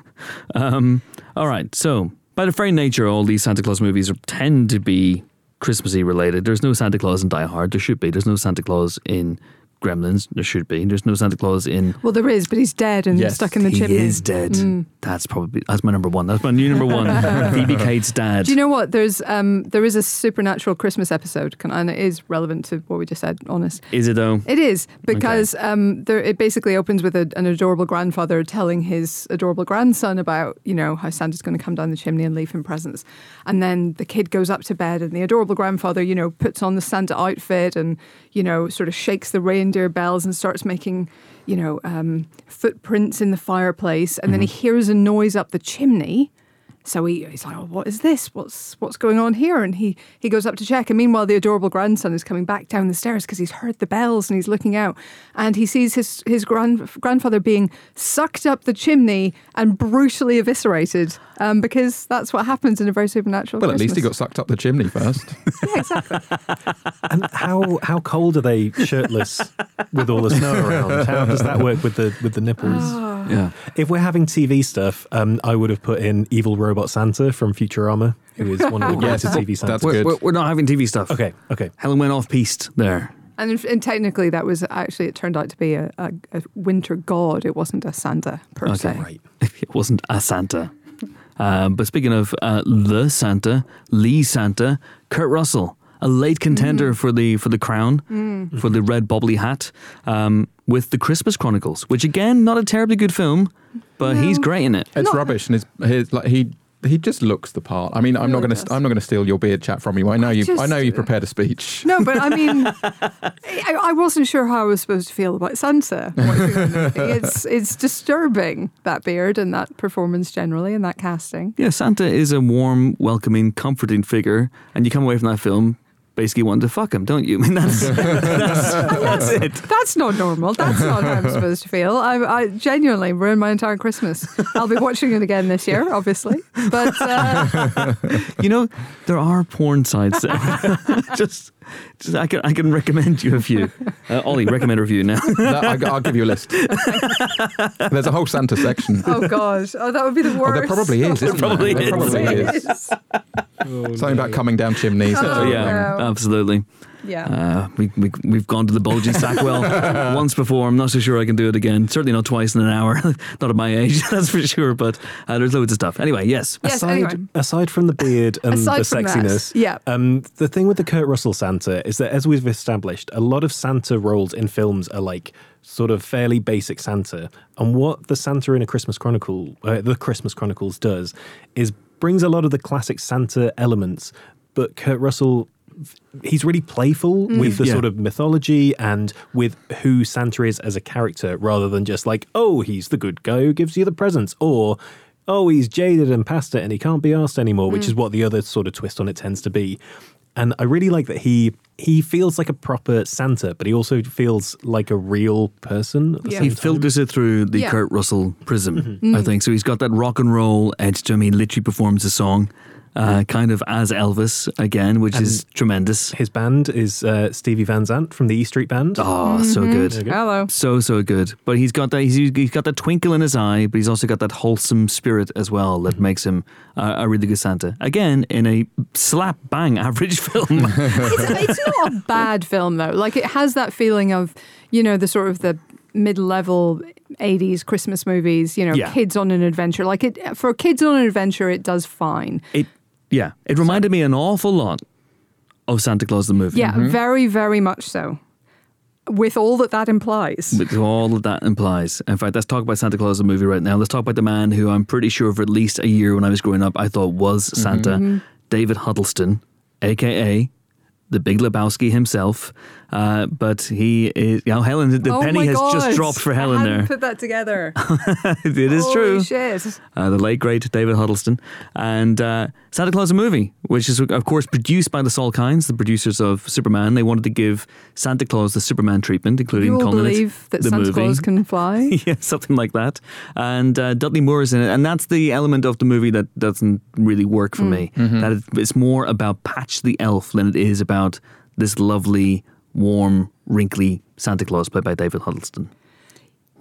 Um, all right, so by the very nature, all these Santa Claus movies are, tend to be Christmassy related. There's no Santa Claus in Die Hard. There should be. There's no Santa Claus in Gremlins. There should be. There's no Santa Claus in.
Well, there is, but he's dead and
Yes,
stuck in the
he
chimney. Mm.
is dead. That's probably that's my number one. That's my new number one. Phoebe Cates' dad.
Do you know what? There's um, there is a supernatural Christmas episode, can- and it is relevant to what we just said. Honest.
Is it though?
It is because um, there, it basically opens with a, an adorable grandfather telling his adorable grandson about you know how Santa's going to come down the chimney and leave him presents, and then the kid goes up to bed and the adorable grandfather you know puts on the Santa outfit and you know sort of shakes the reindeer bells and starts making you know um, footprints in the fireplace, and then he hears a noise up the chimney. So he, he's like, oh, "What is this? What's what's going on here?" And he he goes up to check, and meanwhile, the adorable grandson is coming back down the stairs because he's heard the bells and he's looking out, and he sees his his grand, grandfather being sucked up the chimney and brutally eviscerated, um, because that's what happens in a very supernatural.
well, at least he got
Christmas.
sucked up the chimney first.
yeah, exactly.
And how how cold are they shirtless with all the snow around? How does that work with the with the nipples?
Ah.
Yeah.
If we're having TV stuff, um, I would have put in Evil Robot Santa from Futurama, who is one of the
Yes,
greatest TV
that's
Santas.
We're,
good.
we're, we're not having TV stuff.
Okay, okay.
Helen went off piste there.
and, in- and technically, that was actually it turned out to be a, a, a winter god. It wasn't a Santa per
Okay.
se.
Right.
It wasn't a Santa. Um, but speaking of uh, the Santa, Lee Santa, Kurt Russell, a late contender for the for the crown, for the red bobbly hat, um, with the Christmas Chronicles, which again not a terribly good film, but he's great in it.
It's
Not-
rubbish, and his, his like he he just looks the part. I mean, I'm
Really
not going
does.
to I'm not going to steal your beard chat from you. I know you I
just-
know you prepared a speech.
No, but I mean, I, I wasn't sure how I was supposed to feel about Santa. it's it's disturbing that beard and that performance generally and that casting.
Yeah, Santa is a warm, welcoming, comforting figure, and you come away from that film basically wanting to fuck him, don't you? I mean, that's that's, that's it.
That's not normal. That's not how I'm supposed to feel. I, I genuinely ruined my entire Christmas. I'll be watching it again this year, obviously. But uh,
You know, there are porn sites that just, just I can I can recommend you a few. Uh, Ollie, recommend a review now.
That- I, will give you a list. There's a whole Santa section.
oh god, oh that would be the worst.
Oh, there probably is. Isn't there?
probably
there?
is.
probably is. Something about coming down chimneys. that's
Oh,
all.
yeah,
no.
absolutely.
Yeah.
Uh, we, we, we've gone to the bulging Sackwell once before. I'm not so sure I can do it again. Certainly not twice in an hour. not at my age, that's for sure. But uh, there's loads of stuff. Anyway, yes.
Yes,
aside,
anyway.
aside from the beard and
Aside
the
from that,
sexiness,
yeah.
um, the thing with the Kurt Russell Santa is that, as we've established, a lot of Santa roles in films are like sort of fairly basic Santa. And what the Santa in a Christmas Chronicle, uh, the Christmas Chronicles, does is brings a lot of the classic Santa elements, but Kurt Russell he's really playful with the
Yeah.
sort of mythology and with who Santa is as a character, rather than just like, oh, he's the good guy who gives you the presents, or oh, he's jaded and past it and he can't be asked anymore, which
Mm.
is what the other sort of twist on it tends to be. And I really like that he he feels like a proper Santa, but he also feels like a real person. at the
Yeah.
same
He filters it through the
Yeah. Mm-hmm.
Kurt Russell prism, I think. So he's got that rock and roll edge to him. He literally performs a song, uh, kind of as Elvis again, which is tremendous.
His band is uh, Stevie Van Zant from the E Street Band.
Oh, so
Mm-hmm.
good.
Hello.
So so good, but he's got that he's, he's got that twinkle in his eye, but he's also got that wholesome spirit as well that makes him uh, a really good Santa. Again, in a slap bang average film,
it's, it's not a bad film though. Like it has that feeling of, you know, the sort of the mid-level 80s Christmas movies, you know,
Yeah.
kids on an adventure. Like it for kids on an adventure it does fine.
it yeah, it reminded me an awful lot of Santa Claus the movie.
Yeah, very very much so. With all that that implies.
With all of that implies. In fact, let's talk about Santa Claus the movie right now. Let's talk about the man who I'm pretty sure for at least a year when I was growing up, I thought was
Mm-hmm.
Santa, David Huddleston, aka the Big Lebowski himself. Uh, but he is now Helen. The
Oh
penny
my
has
God.
just dropped for
I
Helen
hadn't
there.
Put that together.
it is
Holy
true
Shit.
uh, the late great David Huddleston, and uh, Santa Claus the movie, which is of course produced by the Salkinds, the producers of Superman. They wanted to give Santa Claus the Superman treatment, including
You'll
calling
believe
it
that
the
Santa
movie.
Claus can fly.
yeah, something like that. And uh, Dudley Moore is in it, and that's the element of the movie that doesn't really work for me. That it- it's more about Patch the Elf than it is about this lovely, warm, wrinkly Santa Claus played by David Huddleston.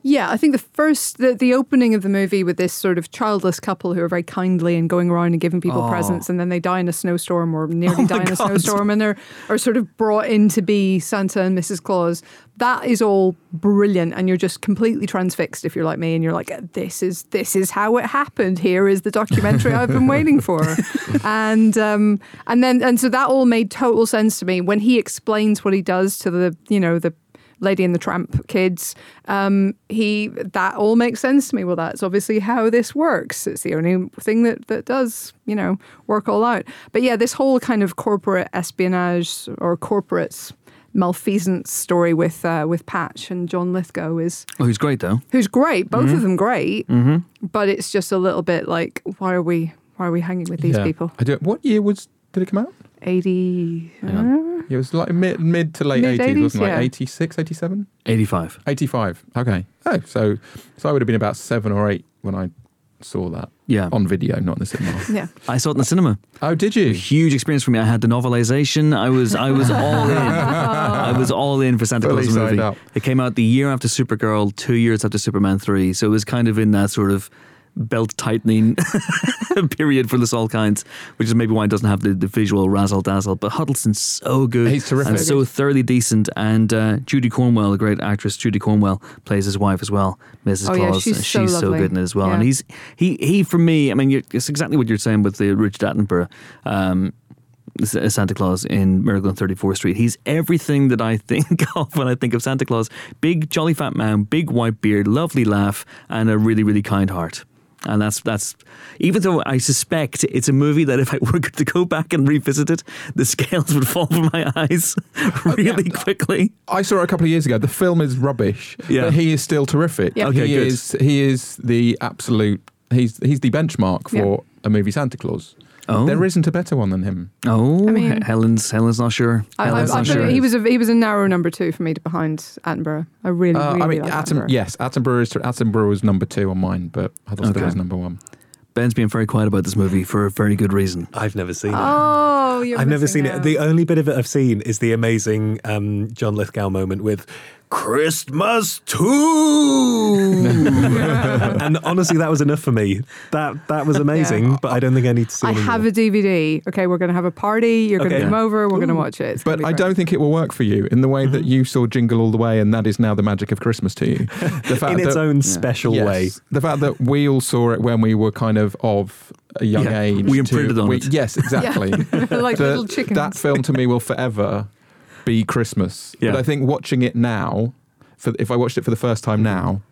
Yeah, I think the first, the, the opening of the movie with this sort of childless couple who are very kindly and going around and giving people
Oh.
presents, and then they die in a snowstorm or nearly
my
die in a
God.
snowstorm, and they're are sort of brought in to be Santa and Mrs. Claus. That is all brilliant, and you're just completely transfixed if you're like me, and you're like, this is this is how it happened. Here is the documentary I've been waiting for, and um, and then and so that all made total sense to me when he explains what he does to the you know the Lady and the Tramp kids. Um, he that all makes sense to me. Well, that's obviously how this works. It's the only thing that that does you know work all out. But yeah, this whole kind of corporate espionage or corporate malfeasance story with uh, with Patch and John Lithgow is
Oh, he's great though.
who's great. Both of them great, but it's just a little bit like why are we why are we hanging with these
Yeah.
people?
I do. What year was did it come out?
Eighty.
Hang on.
Yeah, it was like mid mid to late
Mid
80s,
80s,
wasn't it?
yeah.
Like 86, 87?
85.
85. Okay. Oh, so so I would have been about 7 or 8 when I saw that
Yeah.
on video, not in the cinema.
Yeah.
I saw it in the cinema.
oh, did you?
huge experience for me. I had the novelization. I was I was all in. I was all in for Santa
Fully
Claus the
signed
movie.
up.
It came out the year after Supergirl, two years after Superman three. So it was kind of in that sort of belt tightening period for this all kinds, which is maybe why it doesn't have the, the visual razzle dazzle. But Huddleston's so good
He's terrific.
and so thoroughly decent. And uh, Judy Cornwell, a great actress, Judy Cornwell plays his wife as well, Mrs.
Oh, yeah,
Claus.
she's
and
so
she's so
lovely.
good in it as well. And
Yeah.
he's he he for me. I mean, you're, it's exactly what you're saying with the Richard Attenborough. Um, S- Santa Claus in Miracle on 34th Street. He's everything that I think of when I think of Santa Claus. Big, jolly fat man, big white beard, lovely laugh, and a really, really kind heart. And that's that's even though I suspect it's a movie that if I were to go back and revisit it, the scales would fall from my eyes really quickly.
I saw it a couple of years ago. The film is rubbish,
Yeah.
but he is still terrific.
Yeah.
Okay,
he
good.
is he is the absolute he's he's the benchmark for
Yeah.
a movie Santa Claus.
Oh.
There isn't a better one than him.
Oh,
I mean-
He- Helen's Helen's not sure.
I, I, I,
Helen's
Attenborough's
put-
sure.
he was a he was a narrow number two for me to behind Attenborough. I really,
Uh,
really
I mean,
like
Atten-
Attenborough.
yes, Attenborough is Attenborough was number two on mine, but Huddleston
Okay.
was number one.
Ben's being very quiet about this movie for a very good reason.
I've never seen it.
Oh, you're
I've never
missing
seen
out.
it. The only bit of it I've seen is the amazing um, John Lithgow moment with Christmas too. and honestly, that was enough for me. That that was amazing, but I don't think I need to see
I
it anymore.
have a DVD. Okay, we're going to have a party. You're going
Okay.
to come over. We're going to watch it. It's gonna
But
be
I
great.
don't think it will work for you in the way
Mm-hmm.
that you saw Jingle All the Way, and that is now the magic of Christmas to you. The fact
in its own special
yes,
way.
the fact that we all saw it when we were kind of of a young
Yeah,
age.
we
to-
imprinted on it.
Yes, exactly.
like
The-
little chickens.
That film to me will forever be Christmas.
Yeah.
But I think watching it now, for, if I watched it for the first time now,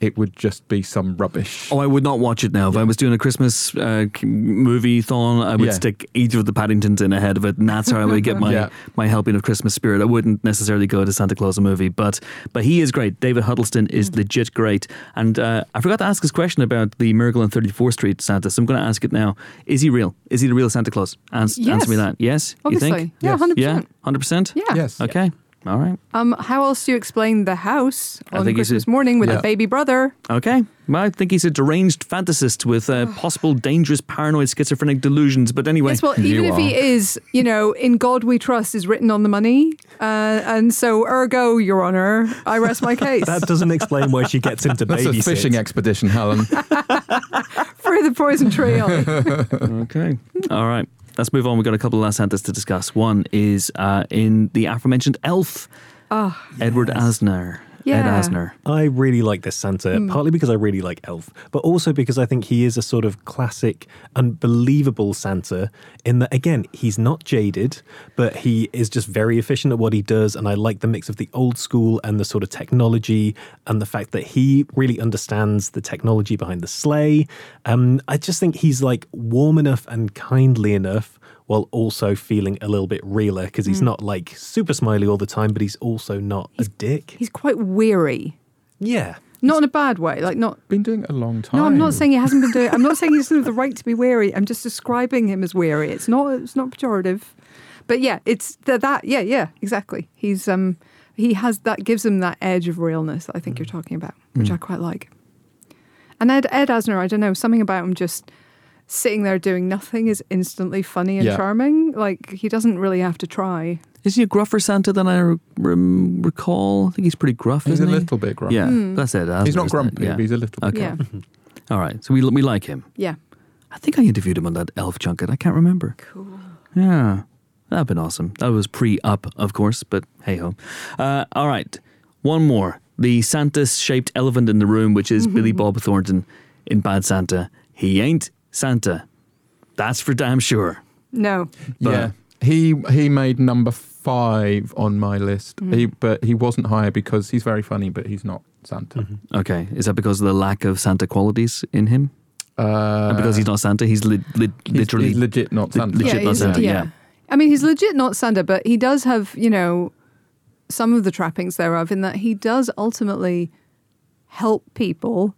it would just be some rubbish.
Mm-hmm. Oh, I would not watch it now. If I was doing a Christmas uh, c- movie thon, I would
Yeah.
stick either of the Paddingtons in ahead of it, and that's how I would get my,
Yeah.
my helping of Christmas spirit. I wouldn't necessarily go to Santa Claus a movie, but but he is great. David Huddleston is
Mm.
legit great. And uh, I forgot to ask his question about the Miracle on 34th Street Santa, so I'm going to ask it now. Is he real? Is he the real Santa Claus? Ans-
Yes.
Answer me that. Yes? You
Obviously.
think?
Yeah,
Yes.
100%.
Yeah? 100%?
Yeah.
Yes.
Okay. All right.
Um, how else do you explain the house
I
on
think you
Christmas
should-
morning with
Yeah.
a baby brother?
Okay. Well, I think he's a deranged fantasist with uh, possible dangerous paranoid schizophrenic delusions. But anyway,
Yes, well, even
You
if he
are.
is, you know, in God we trust is written on the money. Uh, and so, ergo, Your Honor, I rest my case.
That doesn't explain why she gets him to
That's a
babysit.
fishing expedition, Helen.
For the poison trail.
okay. All right. Let's move on. We've got a couple of last Santas to discuss. One is uh, in the aforementioned Elf,
Ah,
Edward Asner. Ed
Yeah.
Asner.
I really like this Santa,
Hmm.
partly because I really like Elf, but also because I think he is a sort of classic, unbelievable Santa in that, again, he's not jaded, but he is just very efficient at what he does. And I like the mix of the old school and the sort of technology and the fact that he really understands the technology behind the sleigh. Um, I just think he's like warm enough and kindly enough. While also feeling a little bit realer because he's not like super smiley all the time, but he's also not a dick.
Hmm. he's quite weary.
Yeah.
Not in a bad way. Like, not.
Been doing it a long time.
No, I'm not saying he hasn't been doing. I'm not saying he doesn't have the right to be weary. I'm just describing him as weary. It's not. It's not pejorative, but yeah, it's th- that. Yeah, yeah, exactly. He's um, he has that gives him that edge of realness that I think you're talking about, which I quite like. And Ed Ed Asner, I don't know, something about him just sitting there doing nothing is instantly funny and
Yeah.
charming. Like he doesn't really have to try.
Is he a gruffer Santa than I re- rem- recall? I think he's pretty gruff,
He's a
isn't he?
little bit grumpy.
Yeah,
Hmm.
that's Ed Asner.
He's
isn't
not
it?
grumpy,
Yeah.
but he's a little bit.
Okay.
Yeah,
All right. So we, we like him.
yeah.
I think I interviewed him on that Elf junket. I can't remember.
Cool.
Yeah, that'd been awesome. That was pre-up, of course, but hey ho. Uh, all right, one more. The Santa-shaped elephant in the room, which is Billy Bob Thornton in Bad Santa. He ain't Santa. That's for damn sure.
No,
But-
yeah. He he made number five on my list.
Mm.
He but he wasn't higher because he's very funny, but he's not Santa.
Mm-hmm. Okay, is that because of the lack of Santa qualities in him?
Uh,
And because he's not Santa, he's li- li-
he's-
literally.
he's legit not
le-
Santa.
legit
yeah,
not
he's-
Santa, yeah.
I mean, he's legit not Santa, but he does have, you know, some of the trappings thereof in that he does ultimately help people,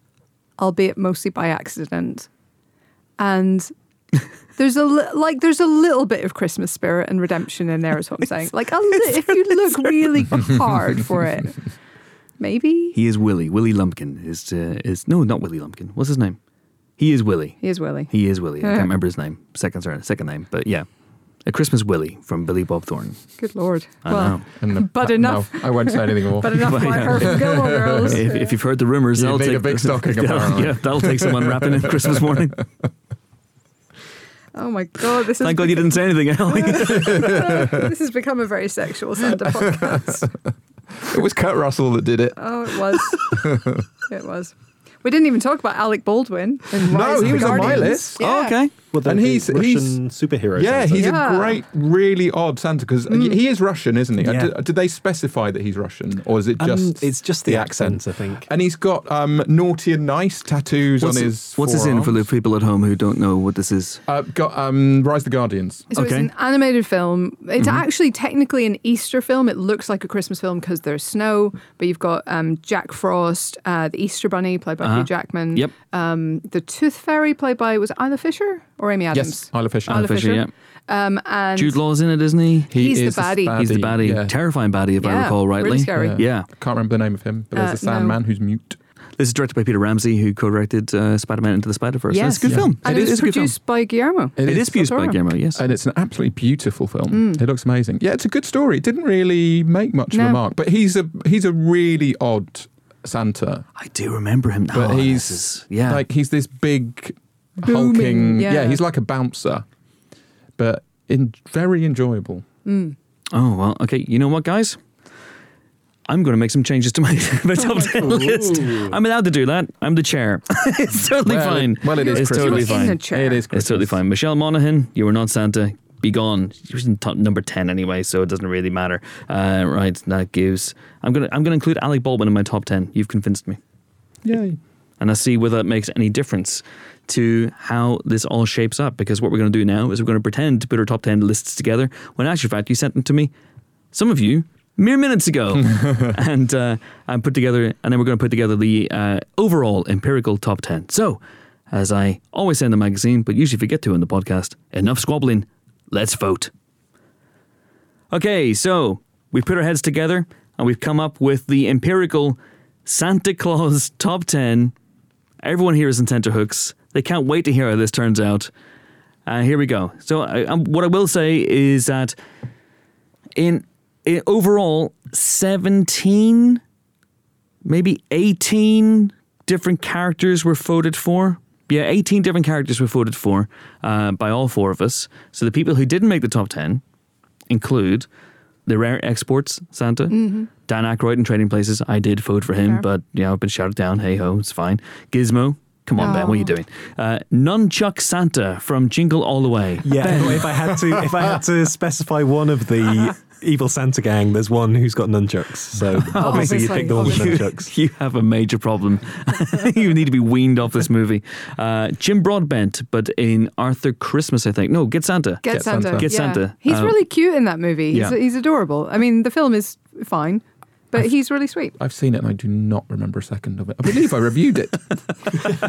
albeit mostly by accident. And there's a li- like there's a little bit of Christmas spirit and redemption in there is what I'm saying. Like a li- if you look really hard for it, maybe
he is Willie. Willie Lumpkin is uh, is no, not Willie Lumpkin. What's his name? He is Willie.
he is Willie.
He is Willie. I
Yeah.
can't remember his name. Second, sorry, second name, but yeah, a Christmas Willie from Billy Bob Thornton.
Good lord.
I
well,
know.
And the-
But
no,
enough.
I won't say anything more.
but enough
But,
about
yeah.
her from Gilmore Girls.
if, if you've heard the rumors,
You
that'll
need a
take
big stocking,
that'll-
apparently.
yeah, that'll take someone wrapping it Christmas morning.
oh my god, this is
Thank God you didn't say anything, Ellie.
this has become a very sexual Santa podcast.
it was Kurt Russell that did it.
Oh, it was. it was. We didn't even talk about Alec Baldwin. in Rise of
he
the
was on my
Guardians.
list.
Yeah.
Oh, okay.
Well, the,
And
and
he's-
he's Russian
he's-
superhero.
Yeah,
Santa.
he's
Yeah. Mm.
a great, really odd Santa because he is Russian, isn't he? And
Yeah.
do- Did they specify that he's Russian, or is it
Um,
just
it's just the accent, I think.
And he's got um, naughty and nice tattoos
What's,
on his.
what's this in for the
forearms.
people at home who don't know what this is?
Uh, got um, Rise of the Guardians.
So
Okay. Mm-hmm.
it's an animated film. It's actually technically an Easter film. It looks like a Christmas film because there's snow, but you've got um, Jack Frost, uh, the Easter Bunny, played by
Uh-huh.
Hugh Jackman.
Yep.
Um, the Tooth Fairy, played by was it Isla Fisher or Amy
Yes,
Adams?
Isla Fisher.
Isla
Fisher,
Fisher.
yeah.
Um, and
Jude Law's in it, isn't he?
He
he's the
is
baddie.
He's the baddie,
yeah.
terrifying baddie, if I
Yeah,
recall rightly.
really scary.
Yeah.
I can't remember the name of him, but
Uh,
there's a Sandman who's mute.
this is directed by Peter Ramsey, who co-directed uh, Spider-Man into the Spider-Verse.
Yes.
That's a good
Yeah.
film.
and
It
it was
is a good film.
produced by Guillermo.
It is produced by
Sorry.
Guillermo. Yes.
And it's an absolutely beautiful film. It looks amazing. Yeah, it's a good story. It didn't really make much of a
Mm. No.
mark, but he's a he's a really odd Santa.
I do remember him.
But
Oh,
he's
this is- yeah.
like he's this big
Booming,
hulking. Yeah.
yeah.
he's like a bouncer, but in very enjoyable.
Oh well, okay. You know what, guys? I'm going to make some changes to my,
Oh,
my top ten list. I'm allowed to do that. I'm the chair. it's totally
well,
fine.
It, well, it is
It's
Christmas.
totally
You're in fine. the chair.
It is. Christmas.
It's totally fine. Michelle Monaghan, you were not Santa. Be gone. She was in top number ten anyway, so it doesn't really matter. Uh, right, that gives. I'm gonna I'm gonna include Alec Baldwin in my top ten. You've convinced me.
Yay.
and I see whether that makes any difference to how this all shapes up. Because what we're going to do now is we're going to pretend to put our top 10 lists together, when in actual fact, you sent them to me, some of you, mere minutes ago. and uh, and put together, and then we're going to put together the uh, overall empirical top 10. So, as I always say in the magazine, but usually forget to in the podcast, enough squabbling, let's vote. Okay, so we've put our heads together and we've come up with the empirical Santa Claus top 10 Everyone here is in tenterhooks. They can't wait to hear how this turns out. Uh, here we go. So, I, um, what I will say is that in, in overall, seventeen, maybe eighteen different characters were voted for. Yeah, eighteen different characters were voted for uh, by all four of us. So the people who didn't make the top ten include the rare exports Santa, Dan Aykroyd in Trading Places. I did vote for him,
Fair.
but yeah, I've been shouted down. Hey ho, it's fine. Gizmo. Come on, Ben, what are you
Oh.
doing? Uh, Nunchuck Santa from Jingle All the Way.
Yeah, but if I had to, if I had to specify one of the evil Santa gang, there's one who's got nunchucks. So obviously, you
Obviously.
pick the one with
You-
nunchucks.
You have a major problem. you need to be weaned off this movie. Uh, Jim Broadbent, but in Arthur Christmas, I think. No, Get Santa.
Get,
Get
Santa.
Santa.
Get
yeah.
Santa.
He's
Um,
really cute in that movie. He's,
yeah.
he's adorable. I mean, the film is fine, but he's really sweet.
I've seen it and I do not remember a second of it. I believe I reviewed it. I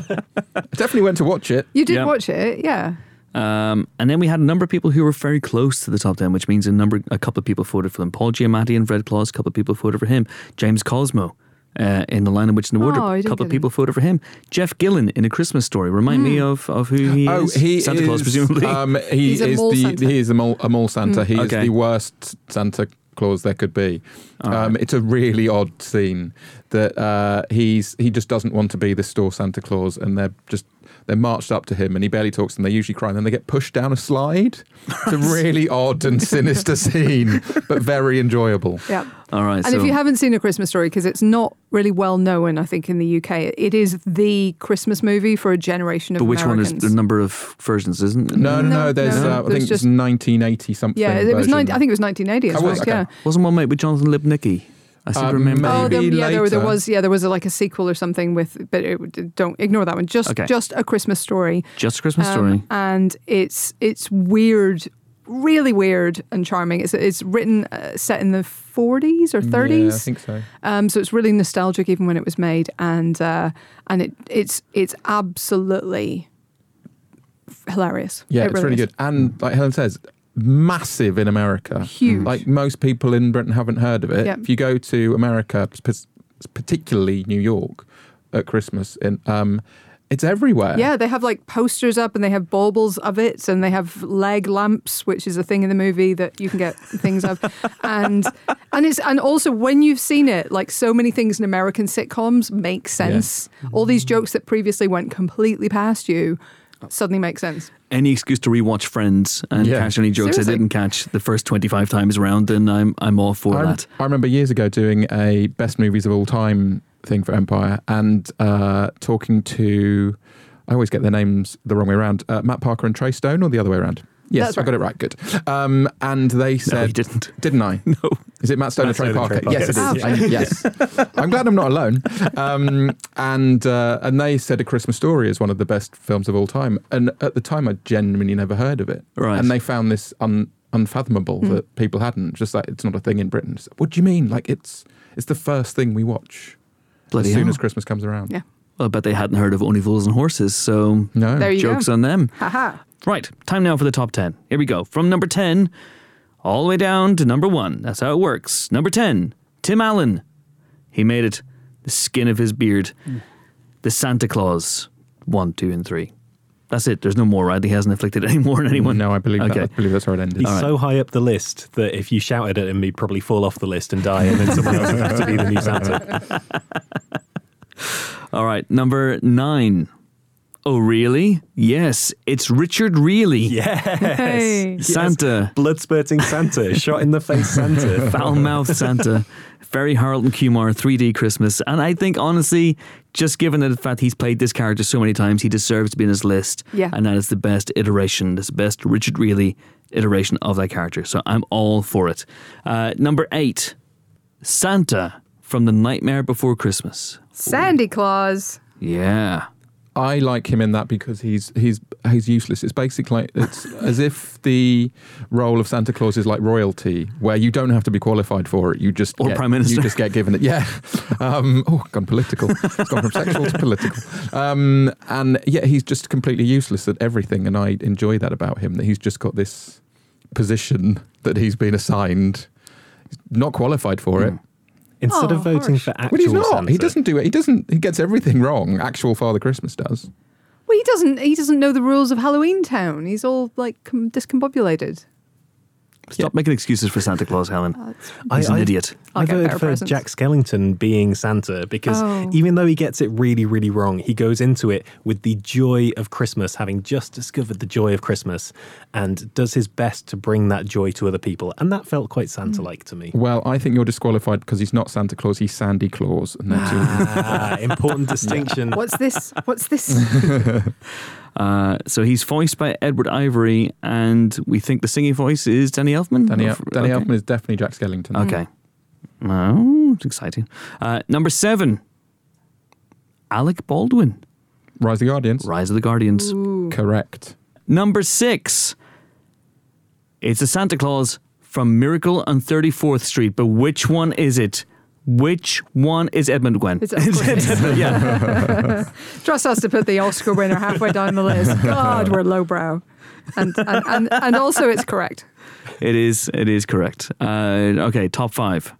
definitely went to watch it.
You did
Yeah.
watch it, yeah.
Um, and then we had a number of people who were very close to the top 10, which means a number, a couple of people voted for them. Paul Giamatti and Fred Claus, a couple of people voted for him. James Cosmo uh, in The Lion, in Witch, and the
Oh,
Wardrobe,
I
a
didn't
couple of
get him. Hmm.
people voted for him. Jeff Gillen in A Christmas Story. Remind me of, of who he
Oh,
is.
he
Santa
is,
Claus, presumably. Hmm.
Um, he
He's a
is
mall
the
Santa.
he is a mall, a mall Santa. He
Okay.
is the worst Santa Claus there could be. Um, It's a really odd scene that uh, he's he just doesn't want to be the store Santa Claus, and they're just they're marched up to him, and he barely talks, to them. they usually cry, and then they get pushed down a slide. It's a really odd and sinister scene, but very enjoyable.
Yeah.
All right.
And
so
if you haven't seen A Christmas Story, because it's not really well known, I think, in the UK, it is the Christmas movie for a generation of
but which
Americans.
one is the number of versions, isn't it?
No,
No,
no, no. There's
no.
uh, I
There's
think it's
just-
1980 something.
Yeah, it was.
version.
19, I think it was 1980. As
Oh, was
well.
it? Okay.
Yeah.
Wasn't one made with Jonathan Lipnicki? I seem to
Um,
remember.
Oh, there,
Maybe
yeah, there, there
later.
was. Yeah, there was a, like a sequel or something with. But it, don't ignore that one. Just,
Okay.
just a Christmas story.
Just a Christmas
Um,
Story.
and it's it's weird, really weird and charming. It's it's written uh, set in the 40s or 30s.
Yeah, I think so.
Um, so it's really nostalgic, even when it was made, and uh, and it it's it's absolutely hilarious.
Yeah,
It
it's really
is.
good. And like Helen says, massive in America.
Huge.
Like most people in Britain haven't heard of it.
Yep.
If you go to America, sp- particularly New York, at Christmas, in, um, it's everywhere.
Yeah, they have like posters up, and they have baubles of it, and they have leg lamps, which is a thing in the movie that you can get things of, and and it's and also when you've seen it, like so many things in American sitcoms make sense. All these jokes that previously went completely past you suddenly make sense.
any excuse to rewatch Friends and
Yeah.
catch any jokes
Seriously.
I didn't catch the first 25 times around, then I'm I'm all for
I, rem-
that.
I remember years ago doing a best movies of all time thing for Empire and uh, talking to, I always get their names the wrong way around, uh, Matt Parker and Trey Stone or the other way around? Yes,
That's
I got it right. Good. Um, and they said,
you didn't.
Didn't I?
No.
Is it Matt Stone
Matt
or Trey
Stone and
Parker?
Trey Parker.
Yes, it is.
Oh,
I- yes. I'm glad I'm not alone. Um, and uh, and they said A Christmas Story is one of the best films of all time. And at the time, I genuinely never heard of it.
Right. Hmm.
And they found this un, unfathomable that people hadn't. Just like it's not a thing in Britain. It's, what do you mean? Like it's it's the first thing we watch
Bloody
as soon
hell.
as Christmas comes around.
Yeah.
well, I bet they hadn't heard of Only Fools and Horses, so
No.
There you
jokes
go.
on them.
Haha.
Right, time now for the top 10. Here we go. From number 10 all the way down to number 1. That's how it works. Number 10, Tim Allen. He made it. The skin of his beard. The Santa Claus. 1, 2, and 3. That's it. There's no more, right? He hasn't inflicted any more on anyone.
No, I believe
okay.
that. I believe that's how it ended.
He's so high up the list that if you shouted at him, he'd probably fall off the list and die, and then someone else would have to be the new Santa.
All right, number nine. Oh, really? Yes, it's Richard Really.
Yes,
Hey.
Yes.
Santa.
blood spurting Santa, shot in the face Santa.
Foul mouthed Santa. Very Harold and Kumar 3D Christmas. And I think, honestly, just given the fact he's played this character so many times, he deserves to be in his list.
Yeah.
And that is the best iteration, this best Richard Really iteration of that character. So I'm all for it. Uh, number eight Santa from The Nightmare Before Christmas.
Sandy Claus.
Yeah.
I like him in that because he's he's he's useless. It's basically like, it's as if the role of Santa Claus is like royalty, where you don't have to be qualified for it. You just
Or
get-
Prime Minister.
You just get given it. Yeah. Um, oh, gone political. It's gone from sexual to political. Um, and yeah, he's just completely useless at everything, and I enjoy that about him. That he's just got this position that he's been assigned. He's not qualified for
Hmm.
it.
Instead
Oh,
of voting
harsh.
for actual
But he's not.
Santa,
He doesn't do it. He doesn't. He gets everything wrong. Actual Father Christmas does.
Well, he doesn't. He doesn't know the rules of Halloween Town. He's all like com- discombobulated.
Stop making excuses for Santa Claus, Helen.
I-
He's an
I-
idiot.
I'll
I
get
voted
better
for
presents.
Jack Skellington being Santa because
Oh.
even though he gets it really, really wrong, he goes into it with the joy of Christmas, having just discovered the joy of Christmas, and does his best to bring that joy to other people. And that felt quite Santa like to me.
Hmm.
Well, I think you're disqualified because he's not Santa Claus, he's Sandy Claus. And they're two
Ah, important distinction.
What's this? What's this?
Uh, so he's voiced by Edward Ivory, and we think the singing voice is Danny Elfman.
Danny,
Of-
Danny
okay.
Elfman is definitely Jack Skellington.
Okay. Oh, it's exciting. Uh, number seven, Alec Baldwin,
Rise of the Guardians.
Rise of the Guardians.
Correct.
Number six, it's a Santa Claus from Miracle on 34th Street, but which one is it? Which one is Edmund Gwen?
It's- of course it is.
yeah.
Trust us to put the Oscar winner halfway down the list. God, we're lowbrow. And, and, and, and also, it's correct.
It is. It is correct. Uh, okay, top five.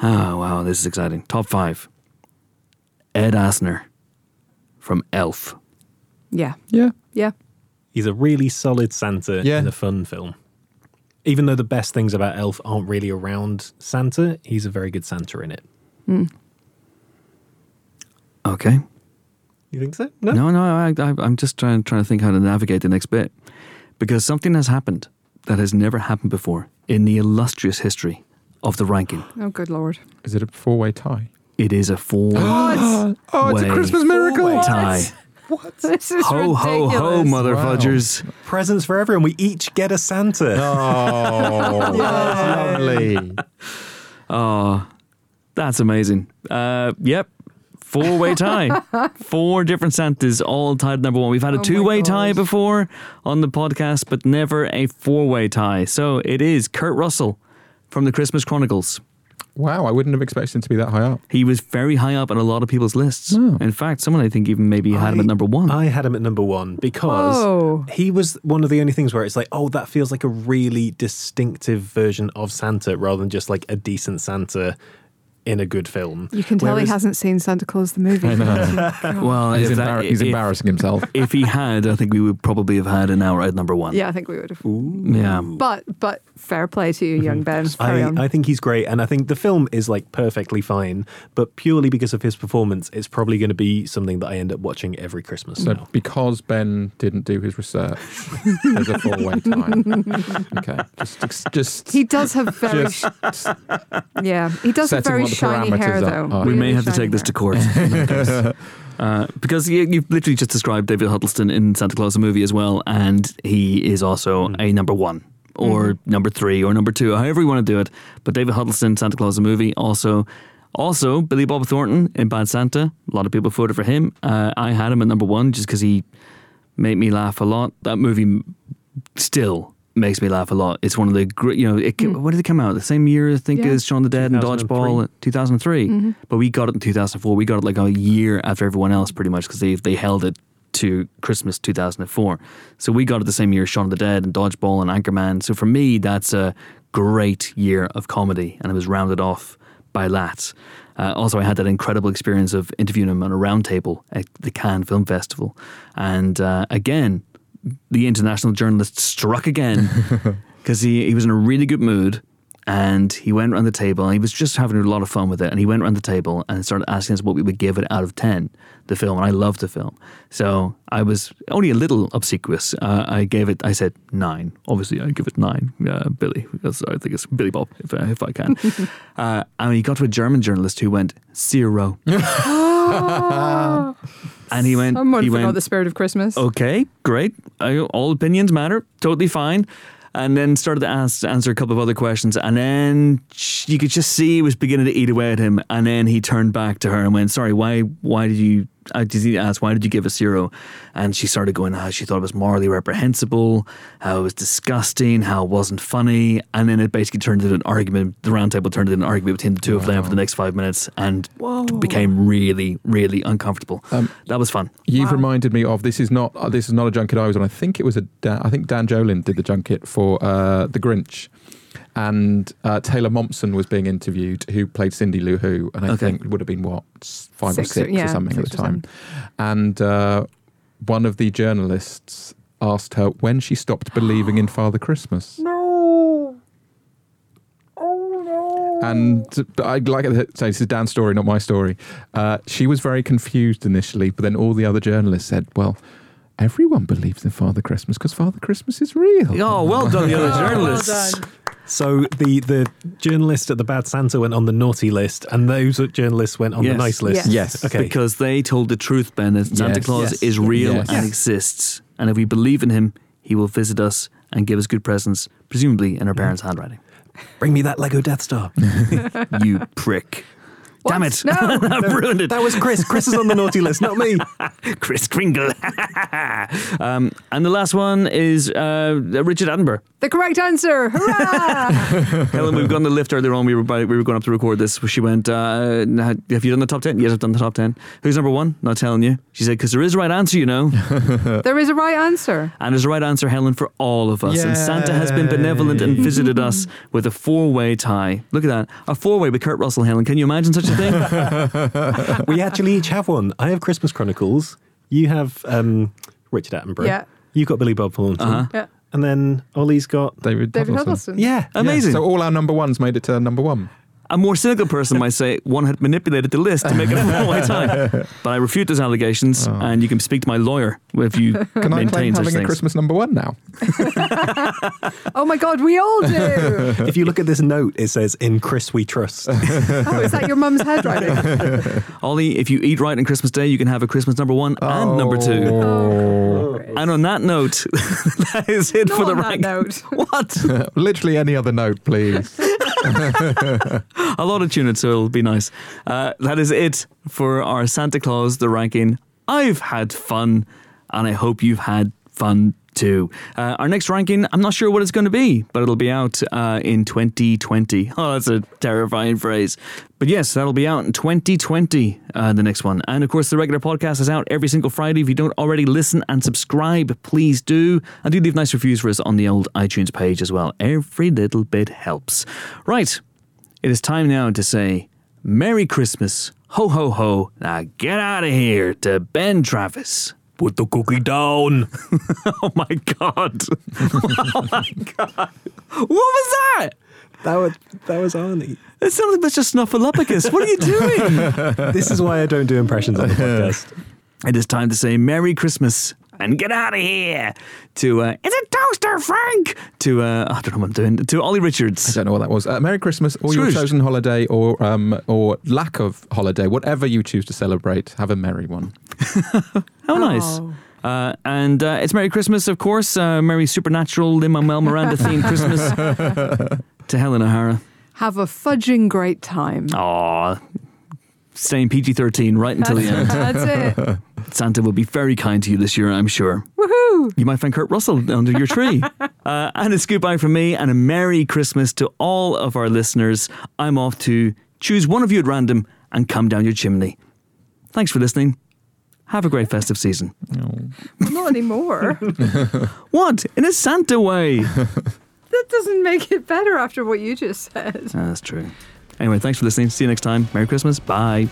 Oh wow, this is exciting. Top five. Ed Asner from Elf.
Yeah.
Yeah.
Yeah.
He's a really solid Santa
Yeah.
in a fun film. Even though the best things about Elf aren't really around Santa, he's a very good Santa in it.
Okay.
You think so? No.
No, no. I, I, I'm just trying trying to think how to navigate the next bit because something has happened that has never happened before in the illustrious history of the ranking.
Oh, good Lord.
Is it a four way tie?
It is a four
Oh, it's
Way.
a Christmas miracle.
Four-way
tie.
This is
Ho ho
ridiculous.
ho, mother
Wow.
fudgers!
Presents for everyone. We each get a Santa.
Oh, that's lovely.
That's amazing. Uh, yep. Four way tie. Four different Santas all tied number one. We've had a
my
two way tie
God.
before on the podcast, but never a four way tie. So it is Kurt Russell from the Christmas Chronicles.
Wow, I wouldn't have expected him to be that high up.
He was very high up on a lot of people's lists. In fact, someone I think even maybe had him
I-
at number one.
I had him at number one because
Oh.
he was one of the only things where it's like, oh, that feels like a really distinctive version of Santa rather than just like a decent Santa in a good film.
You can tell
Whereas-
he hasn't seen Santa Claus the movie.
well,
He's,
if that-
embar- he's
if-
embarrassing himself.
If he had, I think we would probably have had an outright number one.
Yeah, I think we would have.
Yeah.
But but fair play to you,
Mm-hmm.
young Ben. Carry
I,
on.
I think he's great, and I think the film is like perfectly fine, but purely because of his performance, it's probably going to be something that I end up watching every Christmas
So
now.
because Ben didn't do his research, there's a four way tie. Okay. Just, just, just,
he does have very
just
yeah. He does have
Setting
very
what the
shiny hair
parameters
though.
are.
we
Really
may have to
shiny
take this to
hair.
court. when it comes. Uh, because you, you've literally just described David Huddleston in Santa Claus the movie as well, and he is
Hmm.
also a number one or
Mm-hmm.
number three or number two, however you want to do it. But David Huddleston, Santa Claus the movie, also, also Billy Bob Thornton in Bad Santa. A lot of people voted for him. Uh, I had him at number one just because he made me laugh a lot. That movie m- still makes me laugh a lot. It's one of the great, you know, it came, when did it come out? The same year, I think,
Hmm. Yeah.
as Shaun the Dead and
2003.
Dodgeball, 2003. But we got it in 2004. We got it like a year after everyone else, pretty much, because they, they held it to Christmas 2004. So we got it the same year, Shaun of the Dead and Dodgeball and Anchorman. So for me, that's a great year of comedy, and it was rounded off by that. Uh, also, I had that incredible experience of interviewing him on a roundtable at the Cannes Film Festival. And uh, again, the international journalist struck again because he, he was in a really good mood and he went around the table and he was just having a lot of fun with it. And he went around the table and started asking us what we would give it out of 10, the film. And I loved the film. So I was only a little obsequious. Uh, I gave it, I said nine. Obviously, I give it nine, uh, Billy. That's, I think it's Billy Bob, if, I- if I can. uh, and he got to a German journalist who went, zero. and he went, "Oh,
Oh, Someone
he
forgot
went,
the spirit of Christmas.
Okay, great. I, all opinions matter. Totally fine. and then started to ask, answer a couple of other questions. And then sh- you could just see he was beginning to eat away at him. And then he turned back to her and went, "Sorry, why? Why did you?" I just need to ask, why did you give us zero? And she started going, ah, she thought it was morally reprehensible, how it was disgusting, how it wasn't funny. And then it basically turned into an argument. The roundtable turned into an argument between the two of them for the next five minutes and became really, really uncomfortable.
um,
that was fun.
You've
Wow.
reminded me of this is not uh, this is not a junket I was on. I think it was a Dan, I think Dan Jolin did the junket for uh, The Grinch, and uh, Taylor Momsen was being interviewed, who played Cindy Lou Who, and I
Okay.
think would have been what s- five
Six
or
or-
six
yeah,
or something
six
at the
or
time, and uh, one of the journalists asked her when she stopped believing in Father Christmas.
No. Oh no.
And I like to say this is Dan's story, not my story. Uh, she was very confused initially, but then all the other journalists said, "Well, everyone believes in Father Christmas because Father Christmas is real."
Oh, well done, the other
Oh, well
journalists.
done.
So the the journalist at the bad Santa went on the naughty list, and those journalists went on
Yes.
the nice list.
Yes.
Okay.
Because they told the truth, Ben, that Santa
Yes.
Claus
Yes.
is real
Yes.
and
Yes.
exists. And if we believe in him, he will visit us and give us good presents, presumably in our parents' handwriting.
Bring me that Lego Death Star.
You prick. Damn
What?
it.
No.
I've ruined it.
that was Chris. Chris is on the naughty list, not me.
Chris Kringle. um, and the last one is uh, Richard Attenborough.
the correct answer. Hurrah!
Helen, we've gone the lift earlier on. We were by, we were going up to record this. She went, uh, "Nah, "Have you done the top ten? Yes, I've done the top ten. Who's number one? Not telling you." She said, "Because there is a right answer, you know."
there is a right answer.
And there's a right answer, Helen, for all of us. And Santa has been benevolent and visited us with a four way tie. Look at that. A four way with Kurt Russell, Helen. Can you imagine such a thing?
We actually each have one. I have Christmas Chronicles. You have um, Richard Attenborough.
Yeah.
You've got Billy Bob Thornton.
Uh-huh.
Yeah.
And then Ollie's got.
David,
David
Huddleston.
Huddleston.
Yeah.
Amazing.
So all our number ones made it to number one.
a more cynical person might say one had manipulated the list to make it a four way tie. But I refute those allegations, and you can speak to my lawyer if you
Oh. Can I claim
maintain such
having a
things.
Christmas number one now?
Oh my God, we all do.
If you look at this note, it says, In Chris we trust.
oh, is that your mum's handwriting?
Ollie, if you eat right on Christmas Day, you can have a Christmas number one and number two.
Oh.
And on that note, that is it
Not
for the
on
rank.
that note.
What?
Literally any other note, please.
a lot of tune it, so it'll be nice. Uh, that is it for our Santa Claus the ranking. I've had fun, and I hope you've had fun too. Uh, our next ranking, I'm not sure what it's going to be, but it'll be out uh, in 2020. Oh, that's a terrifying phrase. But yes, that'll be out in 2020, uh, the next one. And of course, the regular podcast is out every single Friday. If you don't already listen and subscribe, please do. And do leave nice reviews for us on the old iTunes page as well. Every little bit helps. Right, it is time now to say Merry Christmas, ho ho ho. Now get out of here to Ben Travis.
Put the cookie down.
Oh my god. oh my god. What was that?
That was, that was Arnie.
It sounded like Mr. Snuffleupagus. What are you doing?
This is why I don't do impressions on the podcast.
it is time to say Merry Christmas and get out of here to uh, Is it Toaster Frank? To uh, I don't know what I'm doing. To Ollie
I
Richards.
don't know what that was. Uh, Merry Christmas, or
Scrooged.
your chosen holiday, or um, or lack of holiday, whatever you choose to celebrate. Have a merry one.
How nice.
Oh.
Uh, and uh, it's Merry Christmas, of course. Uh, Merry Supernatural, Lin Manuel Miranda themed Christmas to Helen O'Hara.
Have a fudging great time.
Oh, Aw. Staying PG 13 right until the end.
That's it.
Santa will be very kind to you this year, I'm sure.
Woohoo!
You might find Kurt Russell under your tree. Uh, and it's goodbye from me and a Merry Christmas to all of our listeners. I'm off to choose one of you at random and come down your chimney. Thanks for listening. Have a great festive season.
Not anymore.
What? In a Santa way.
that doesn't make it better after what you just said.
That's true. Anyway, thanks for listening. See you next time. Merry Christmas. Bye.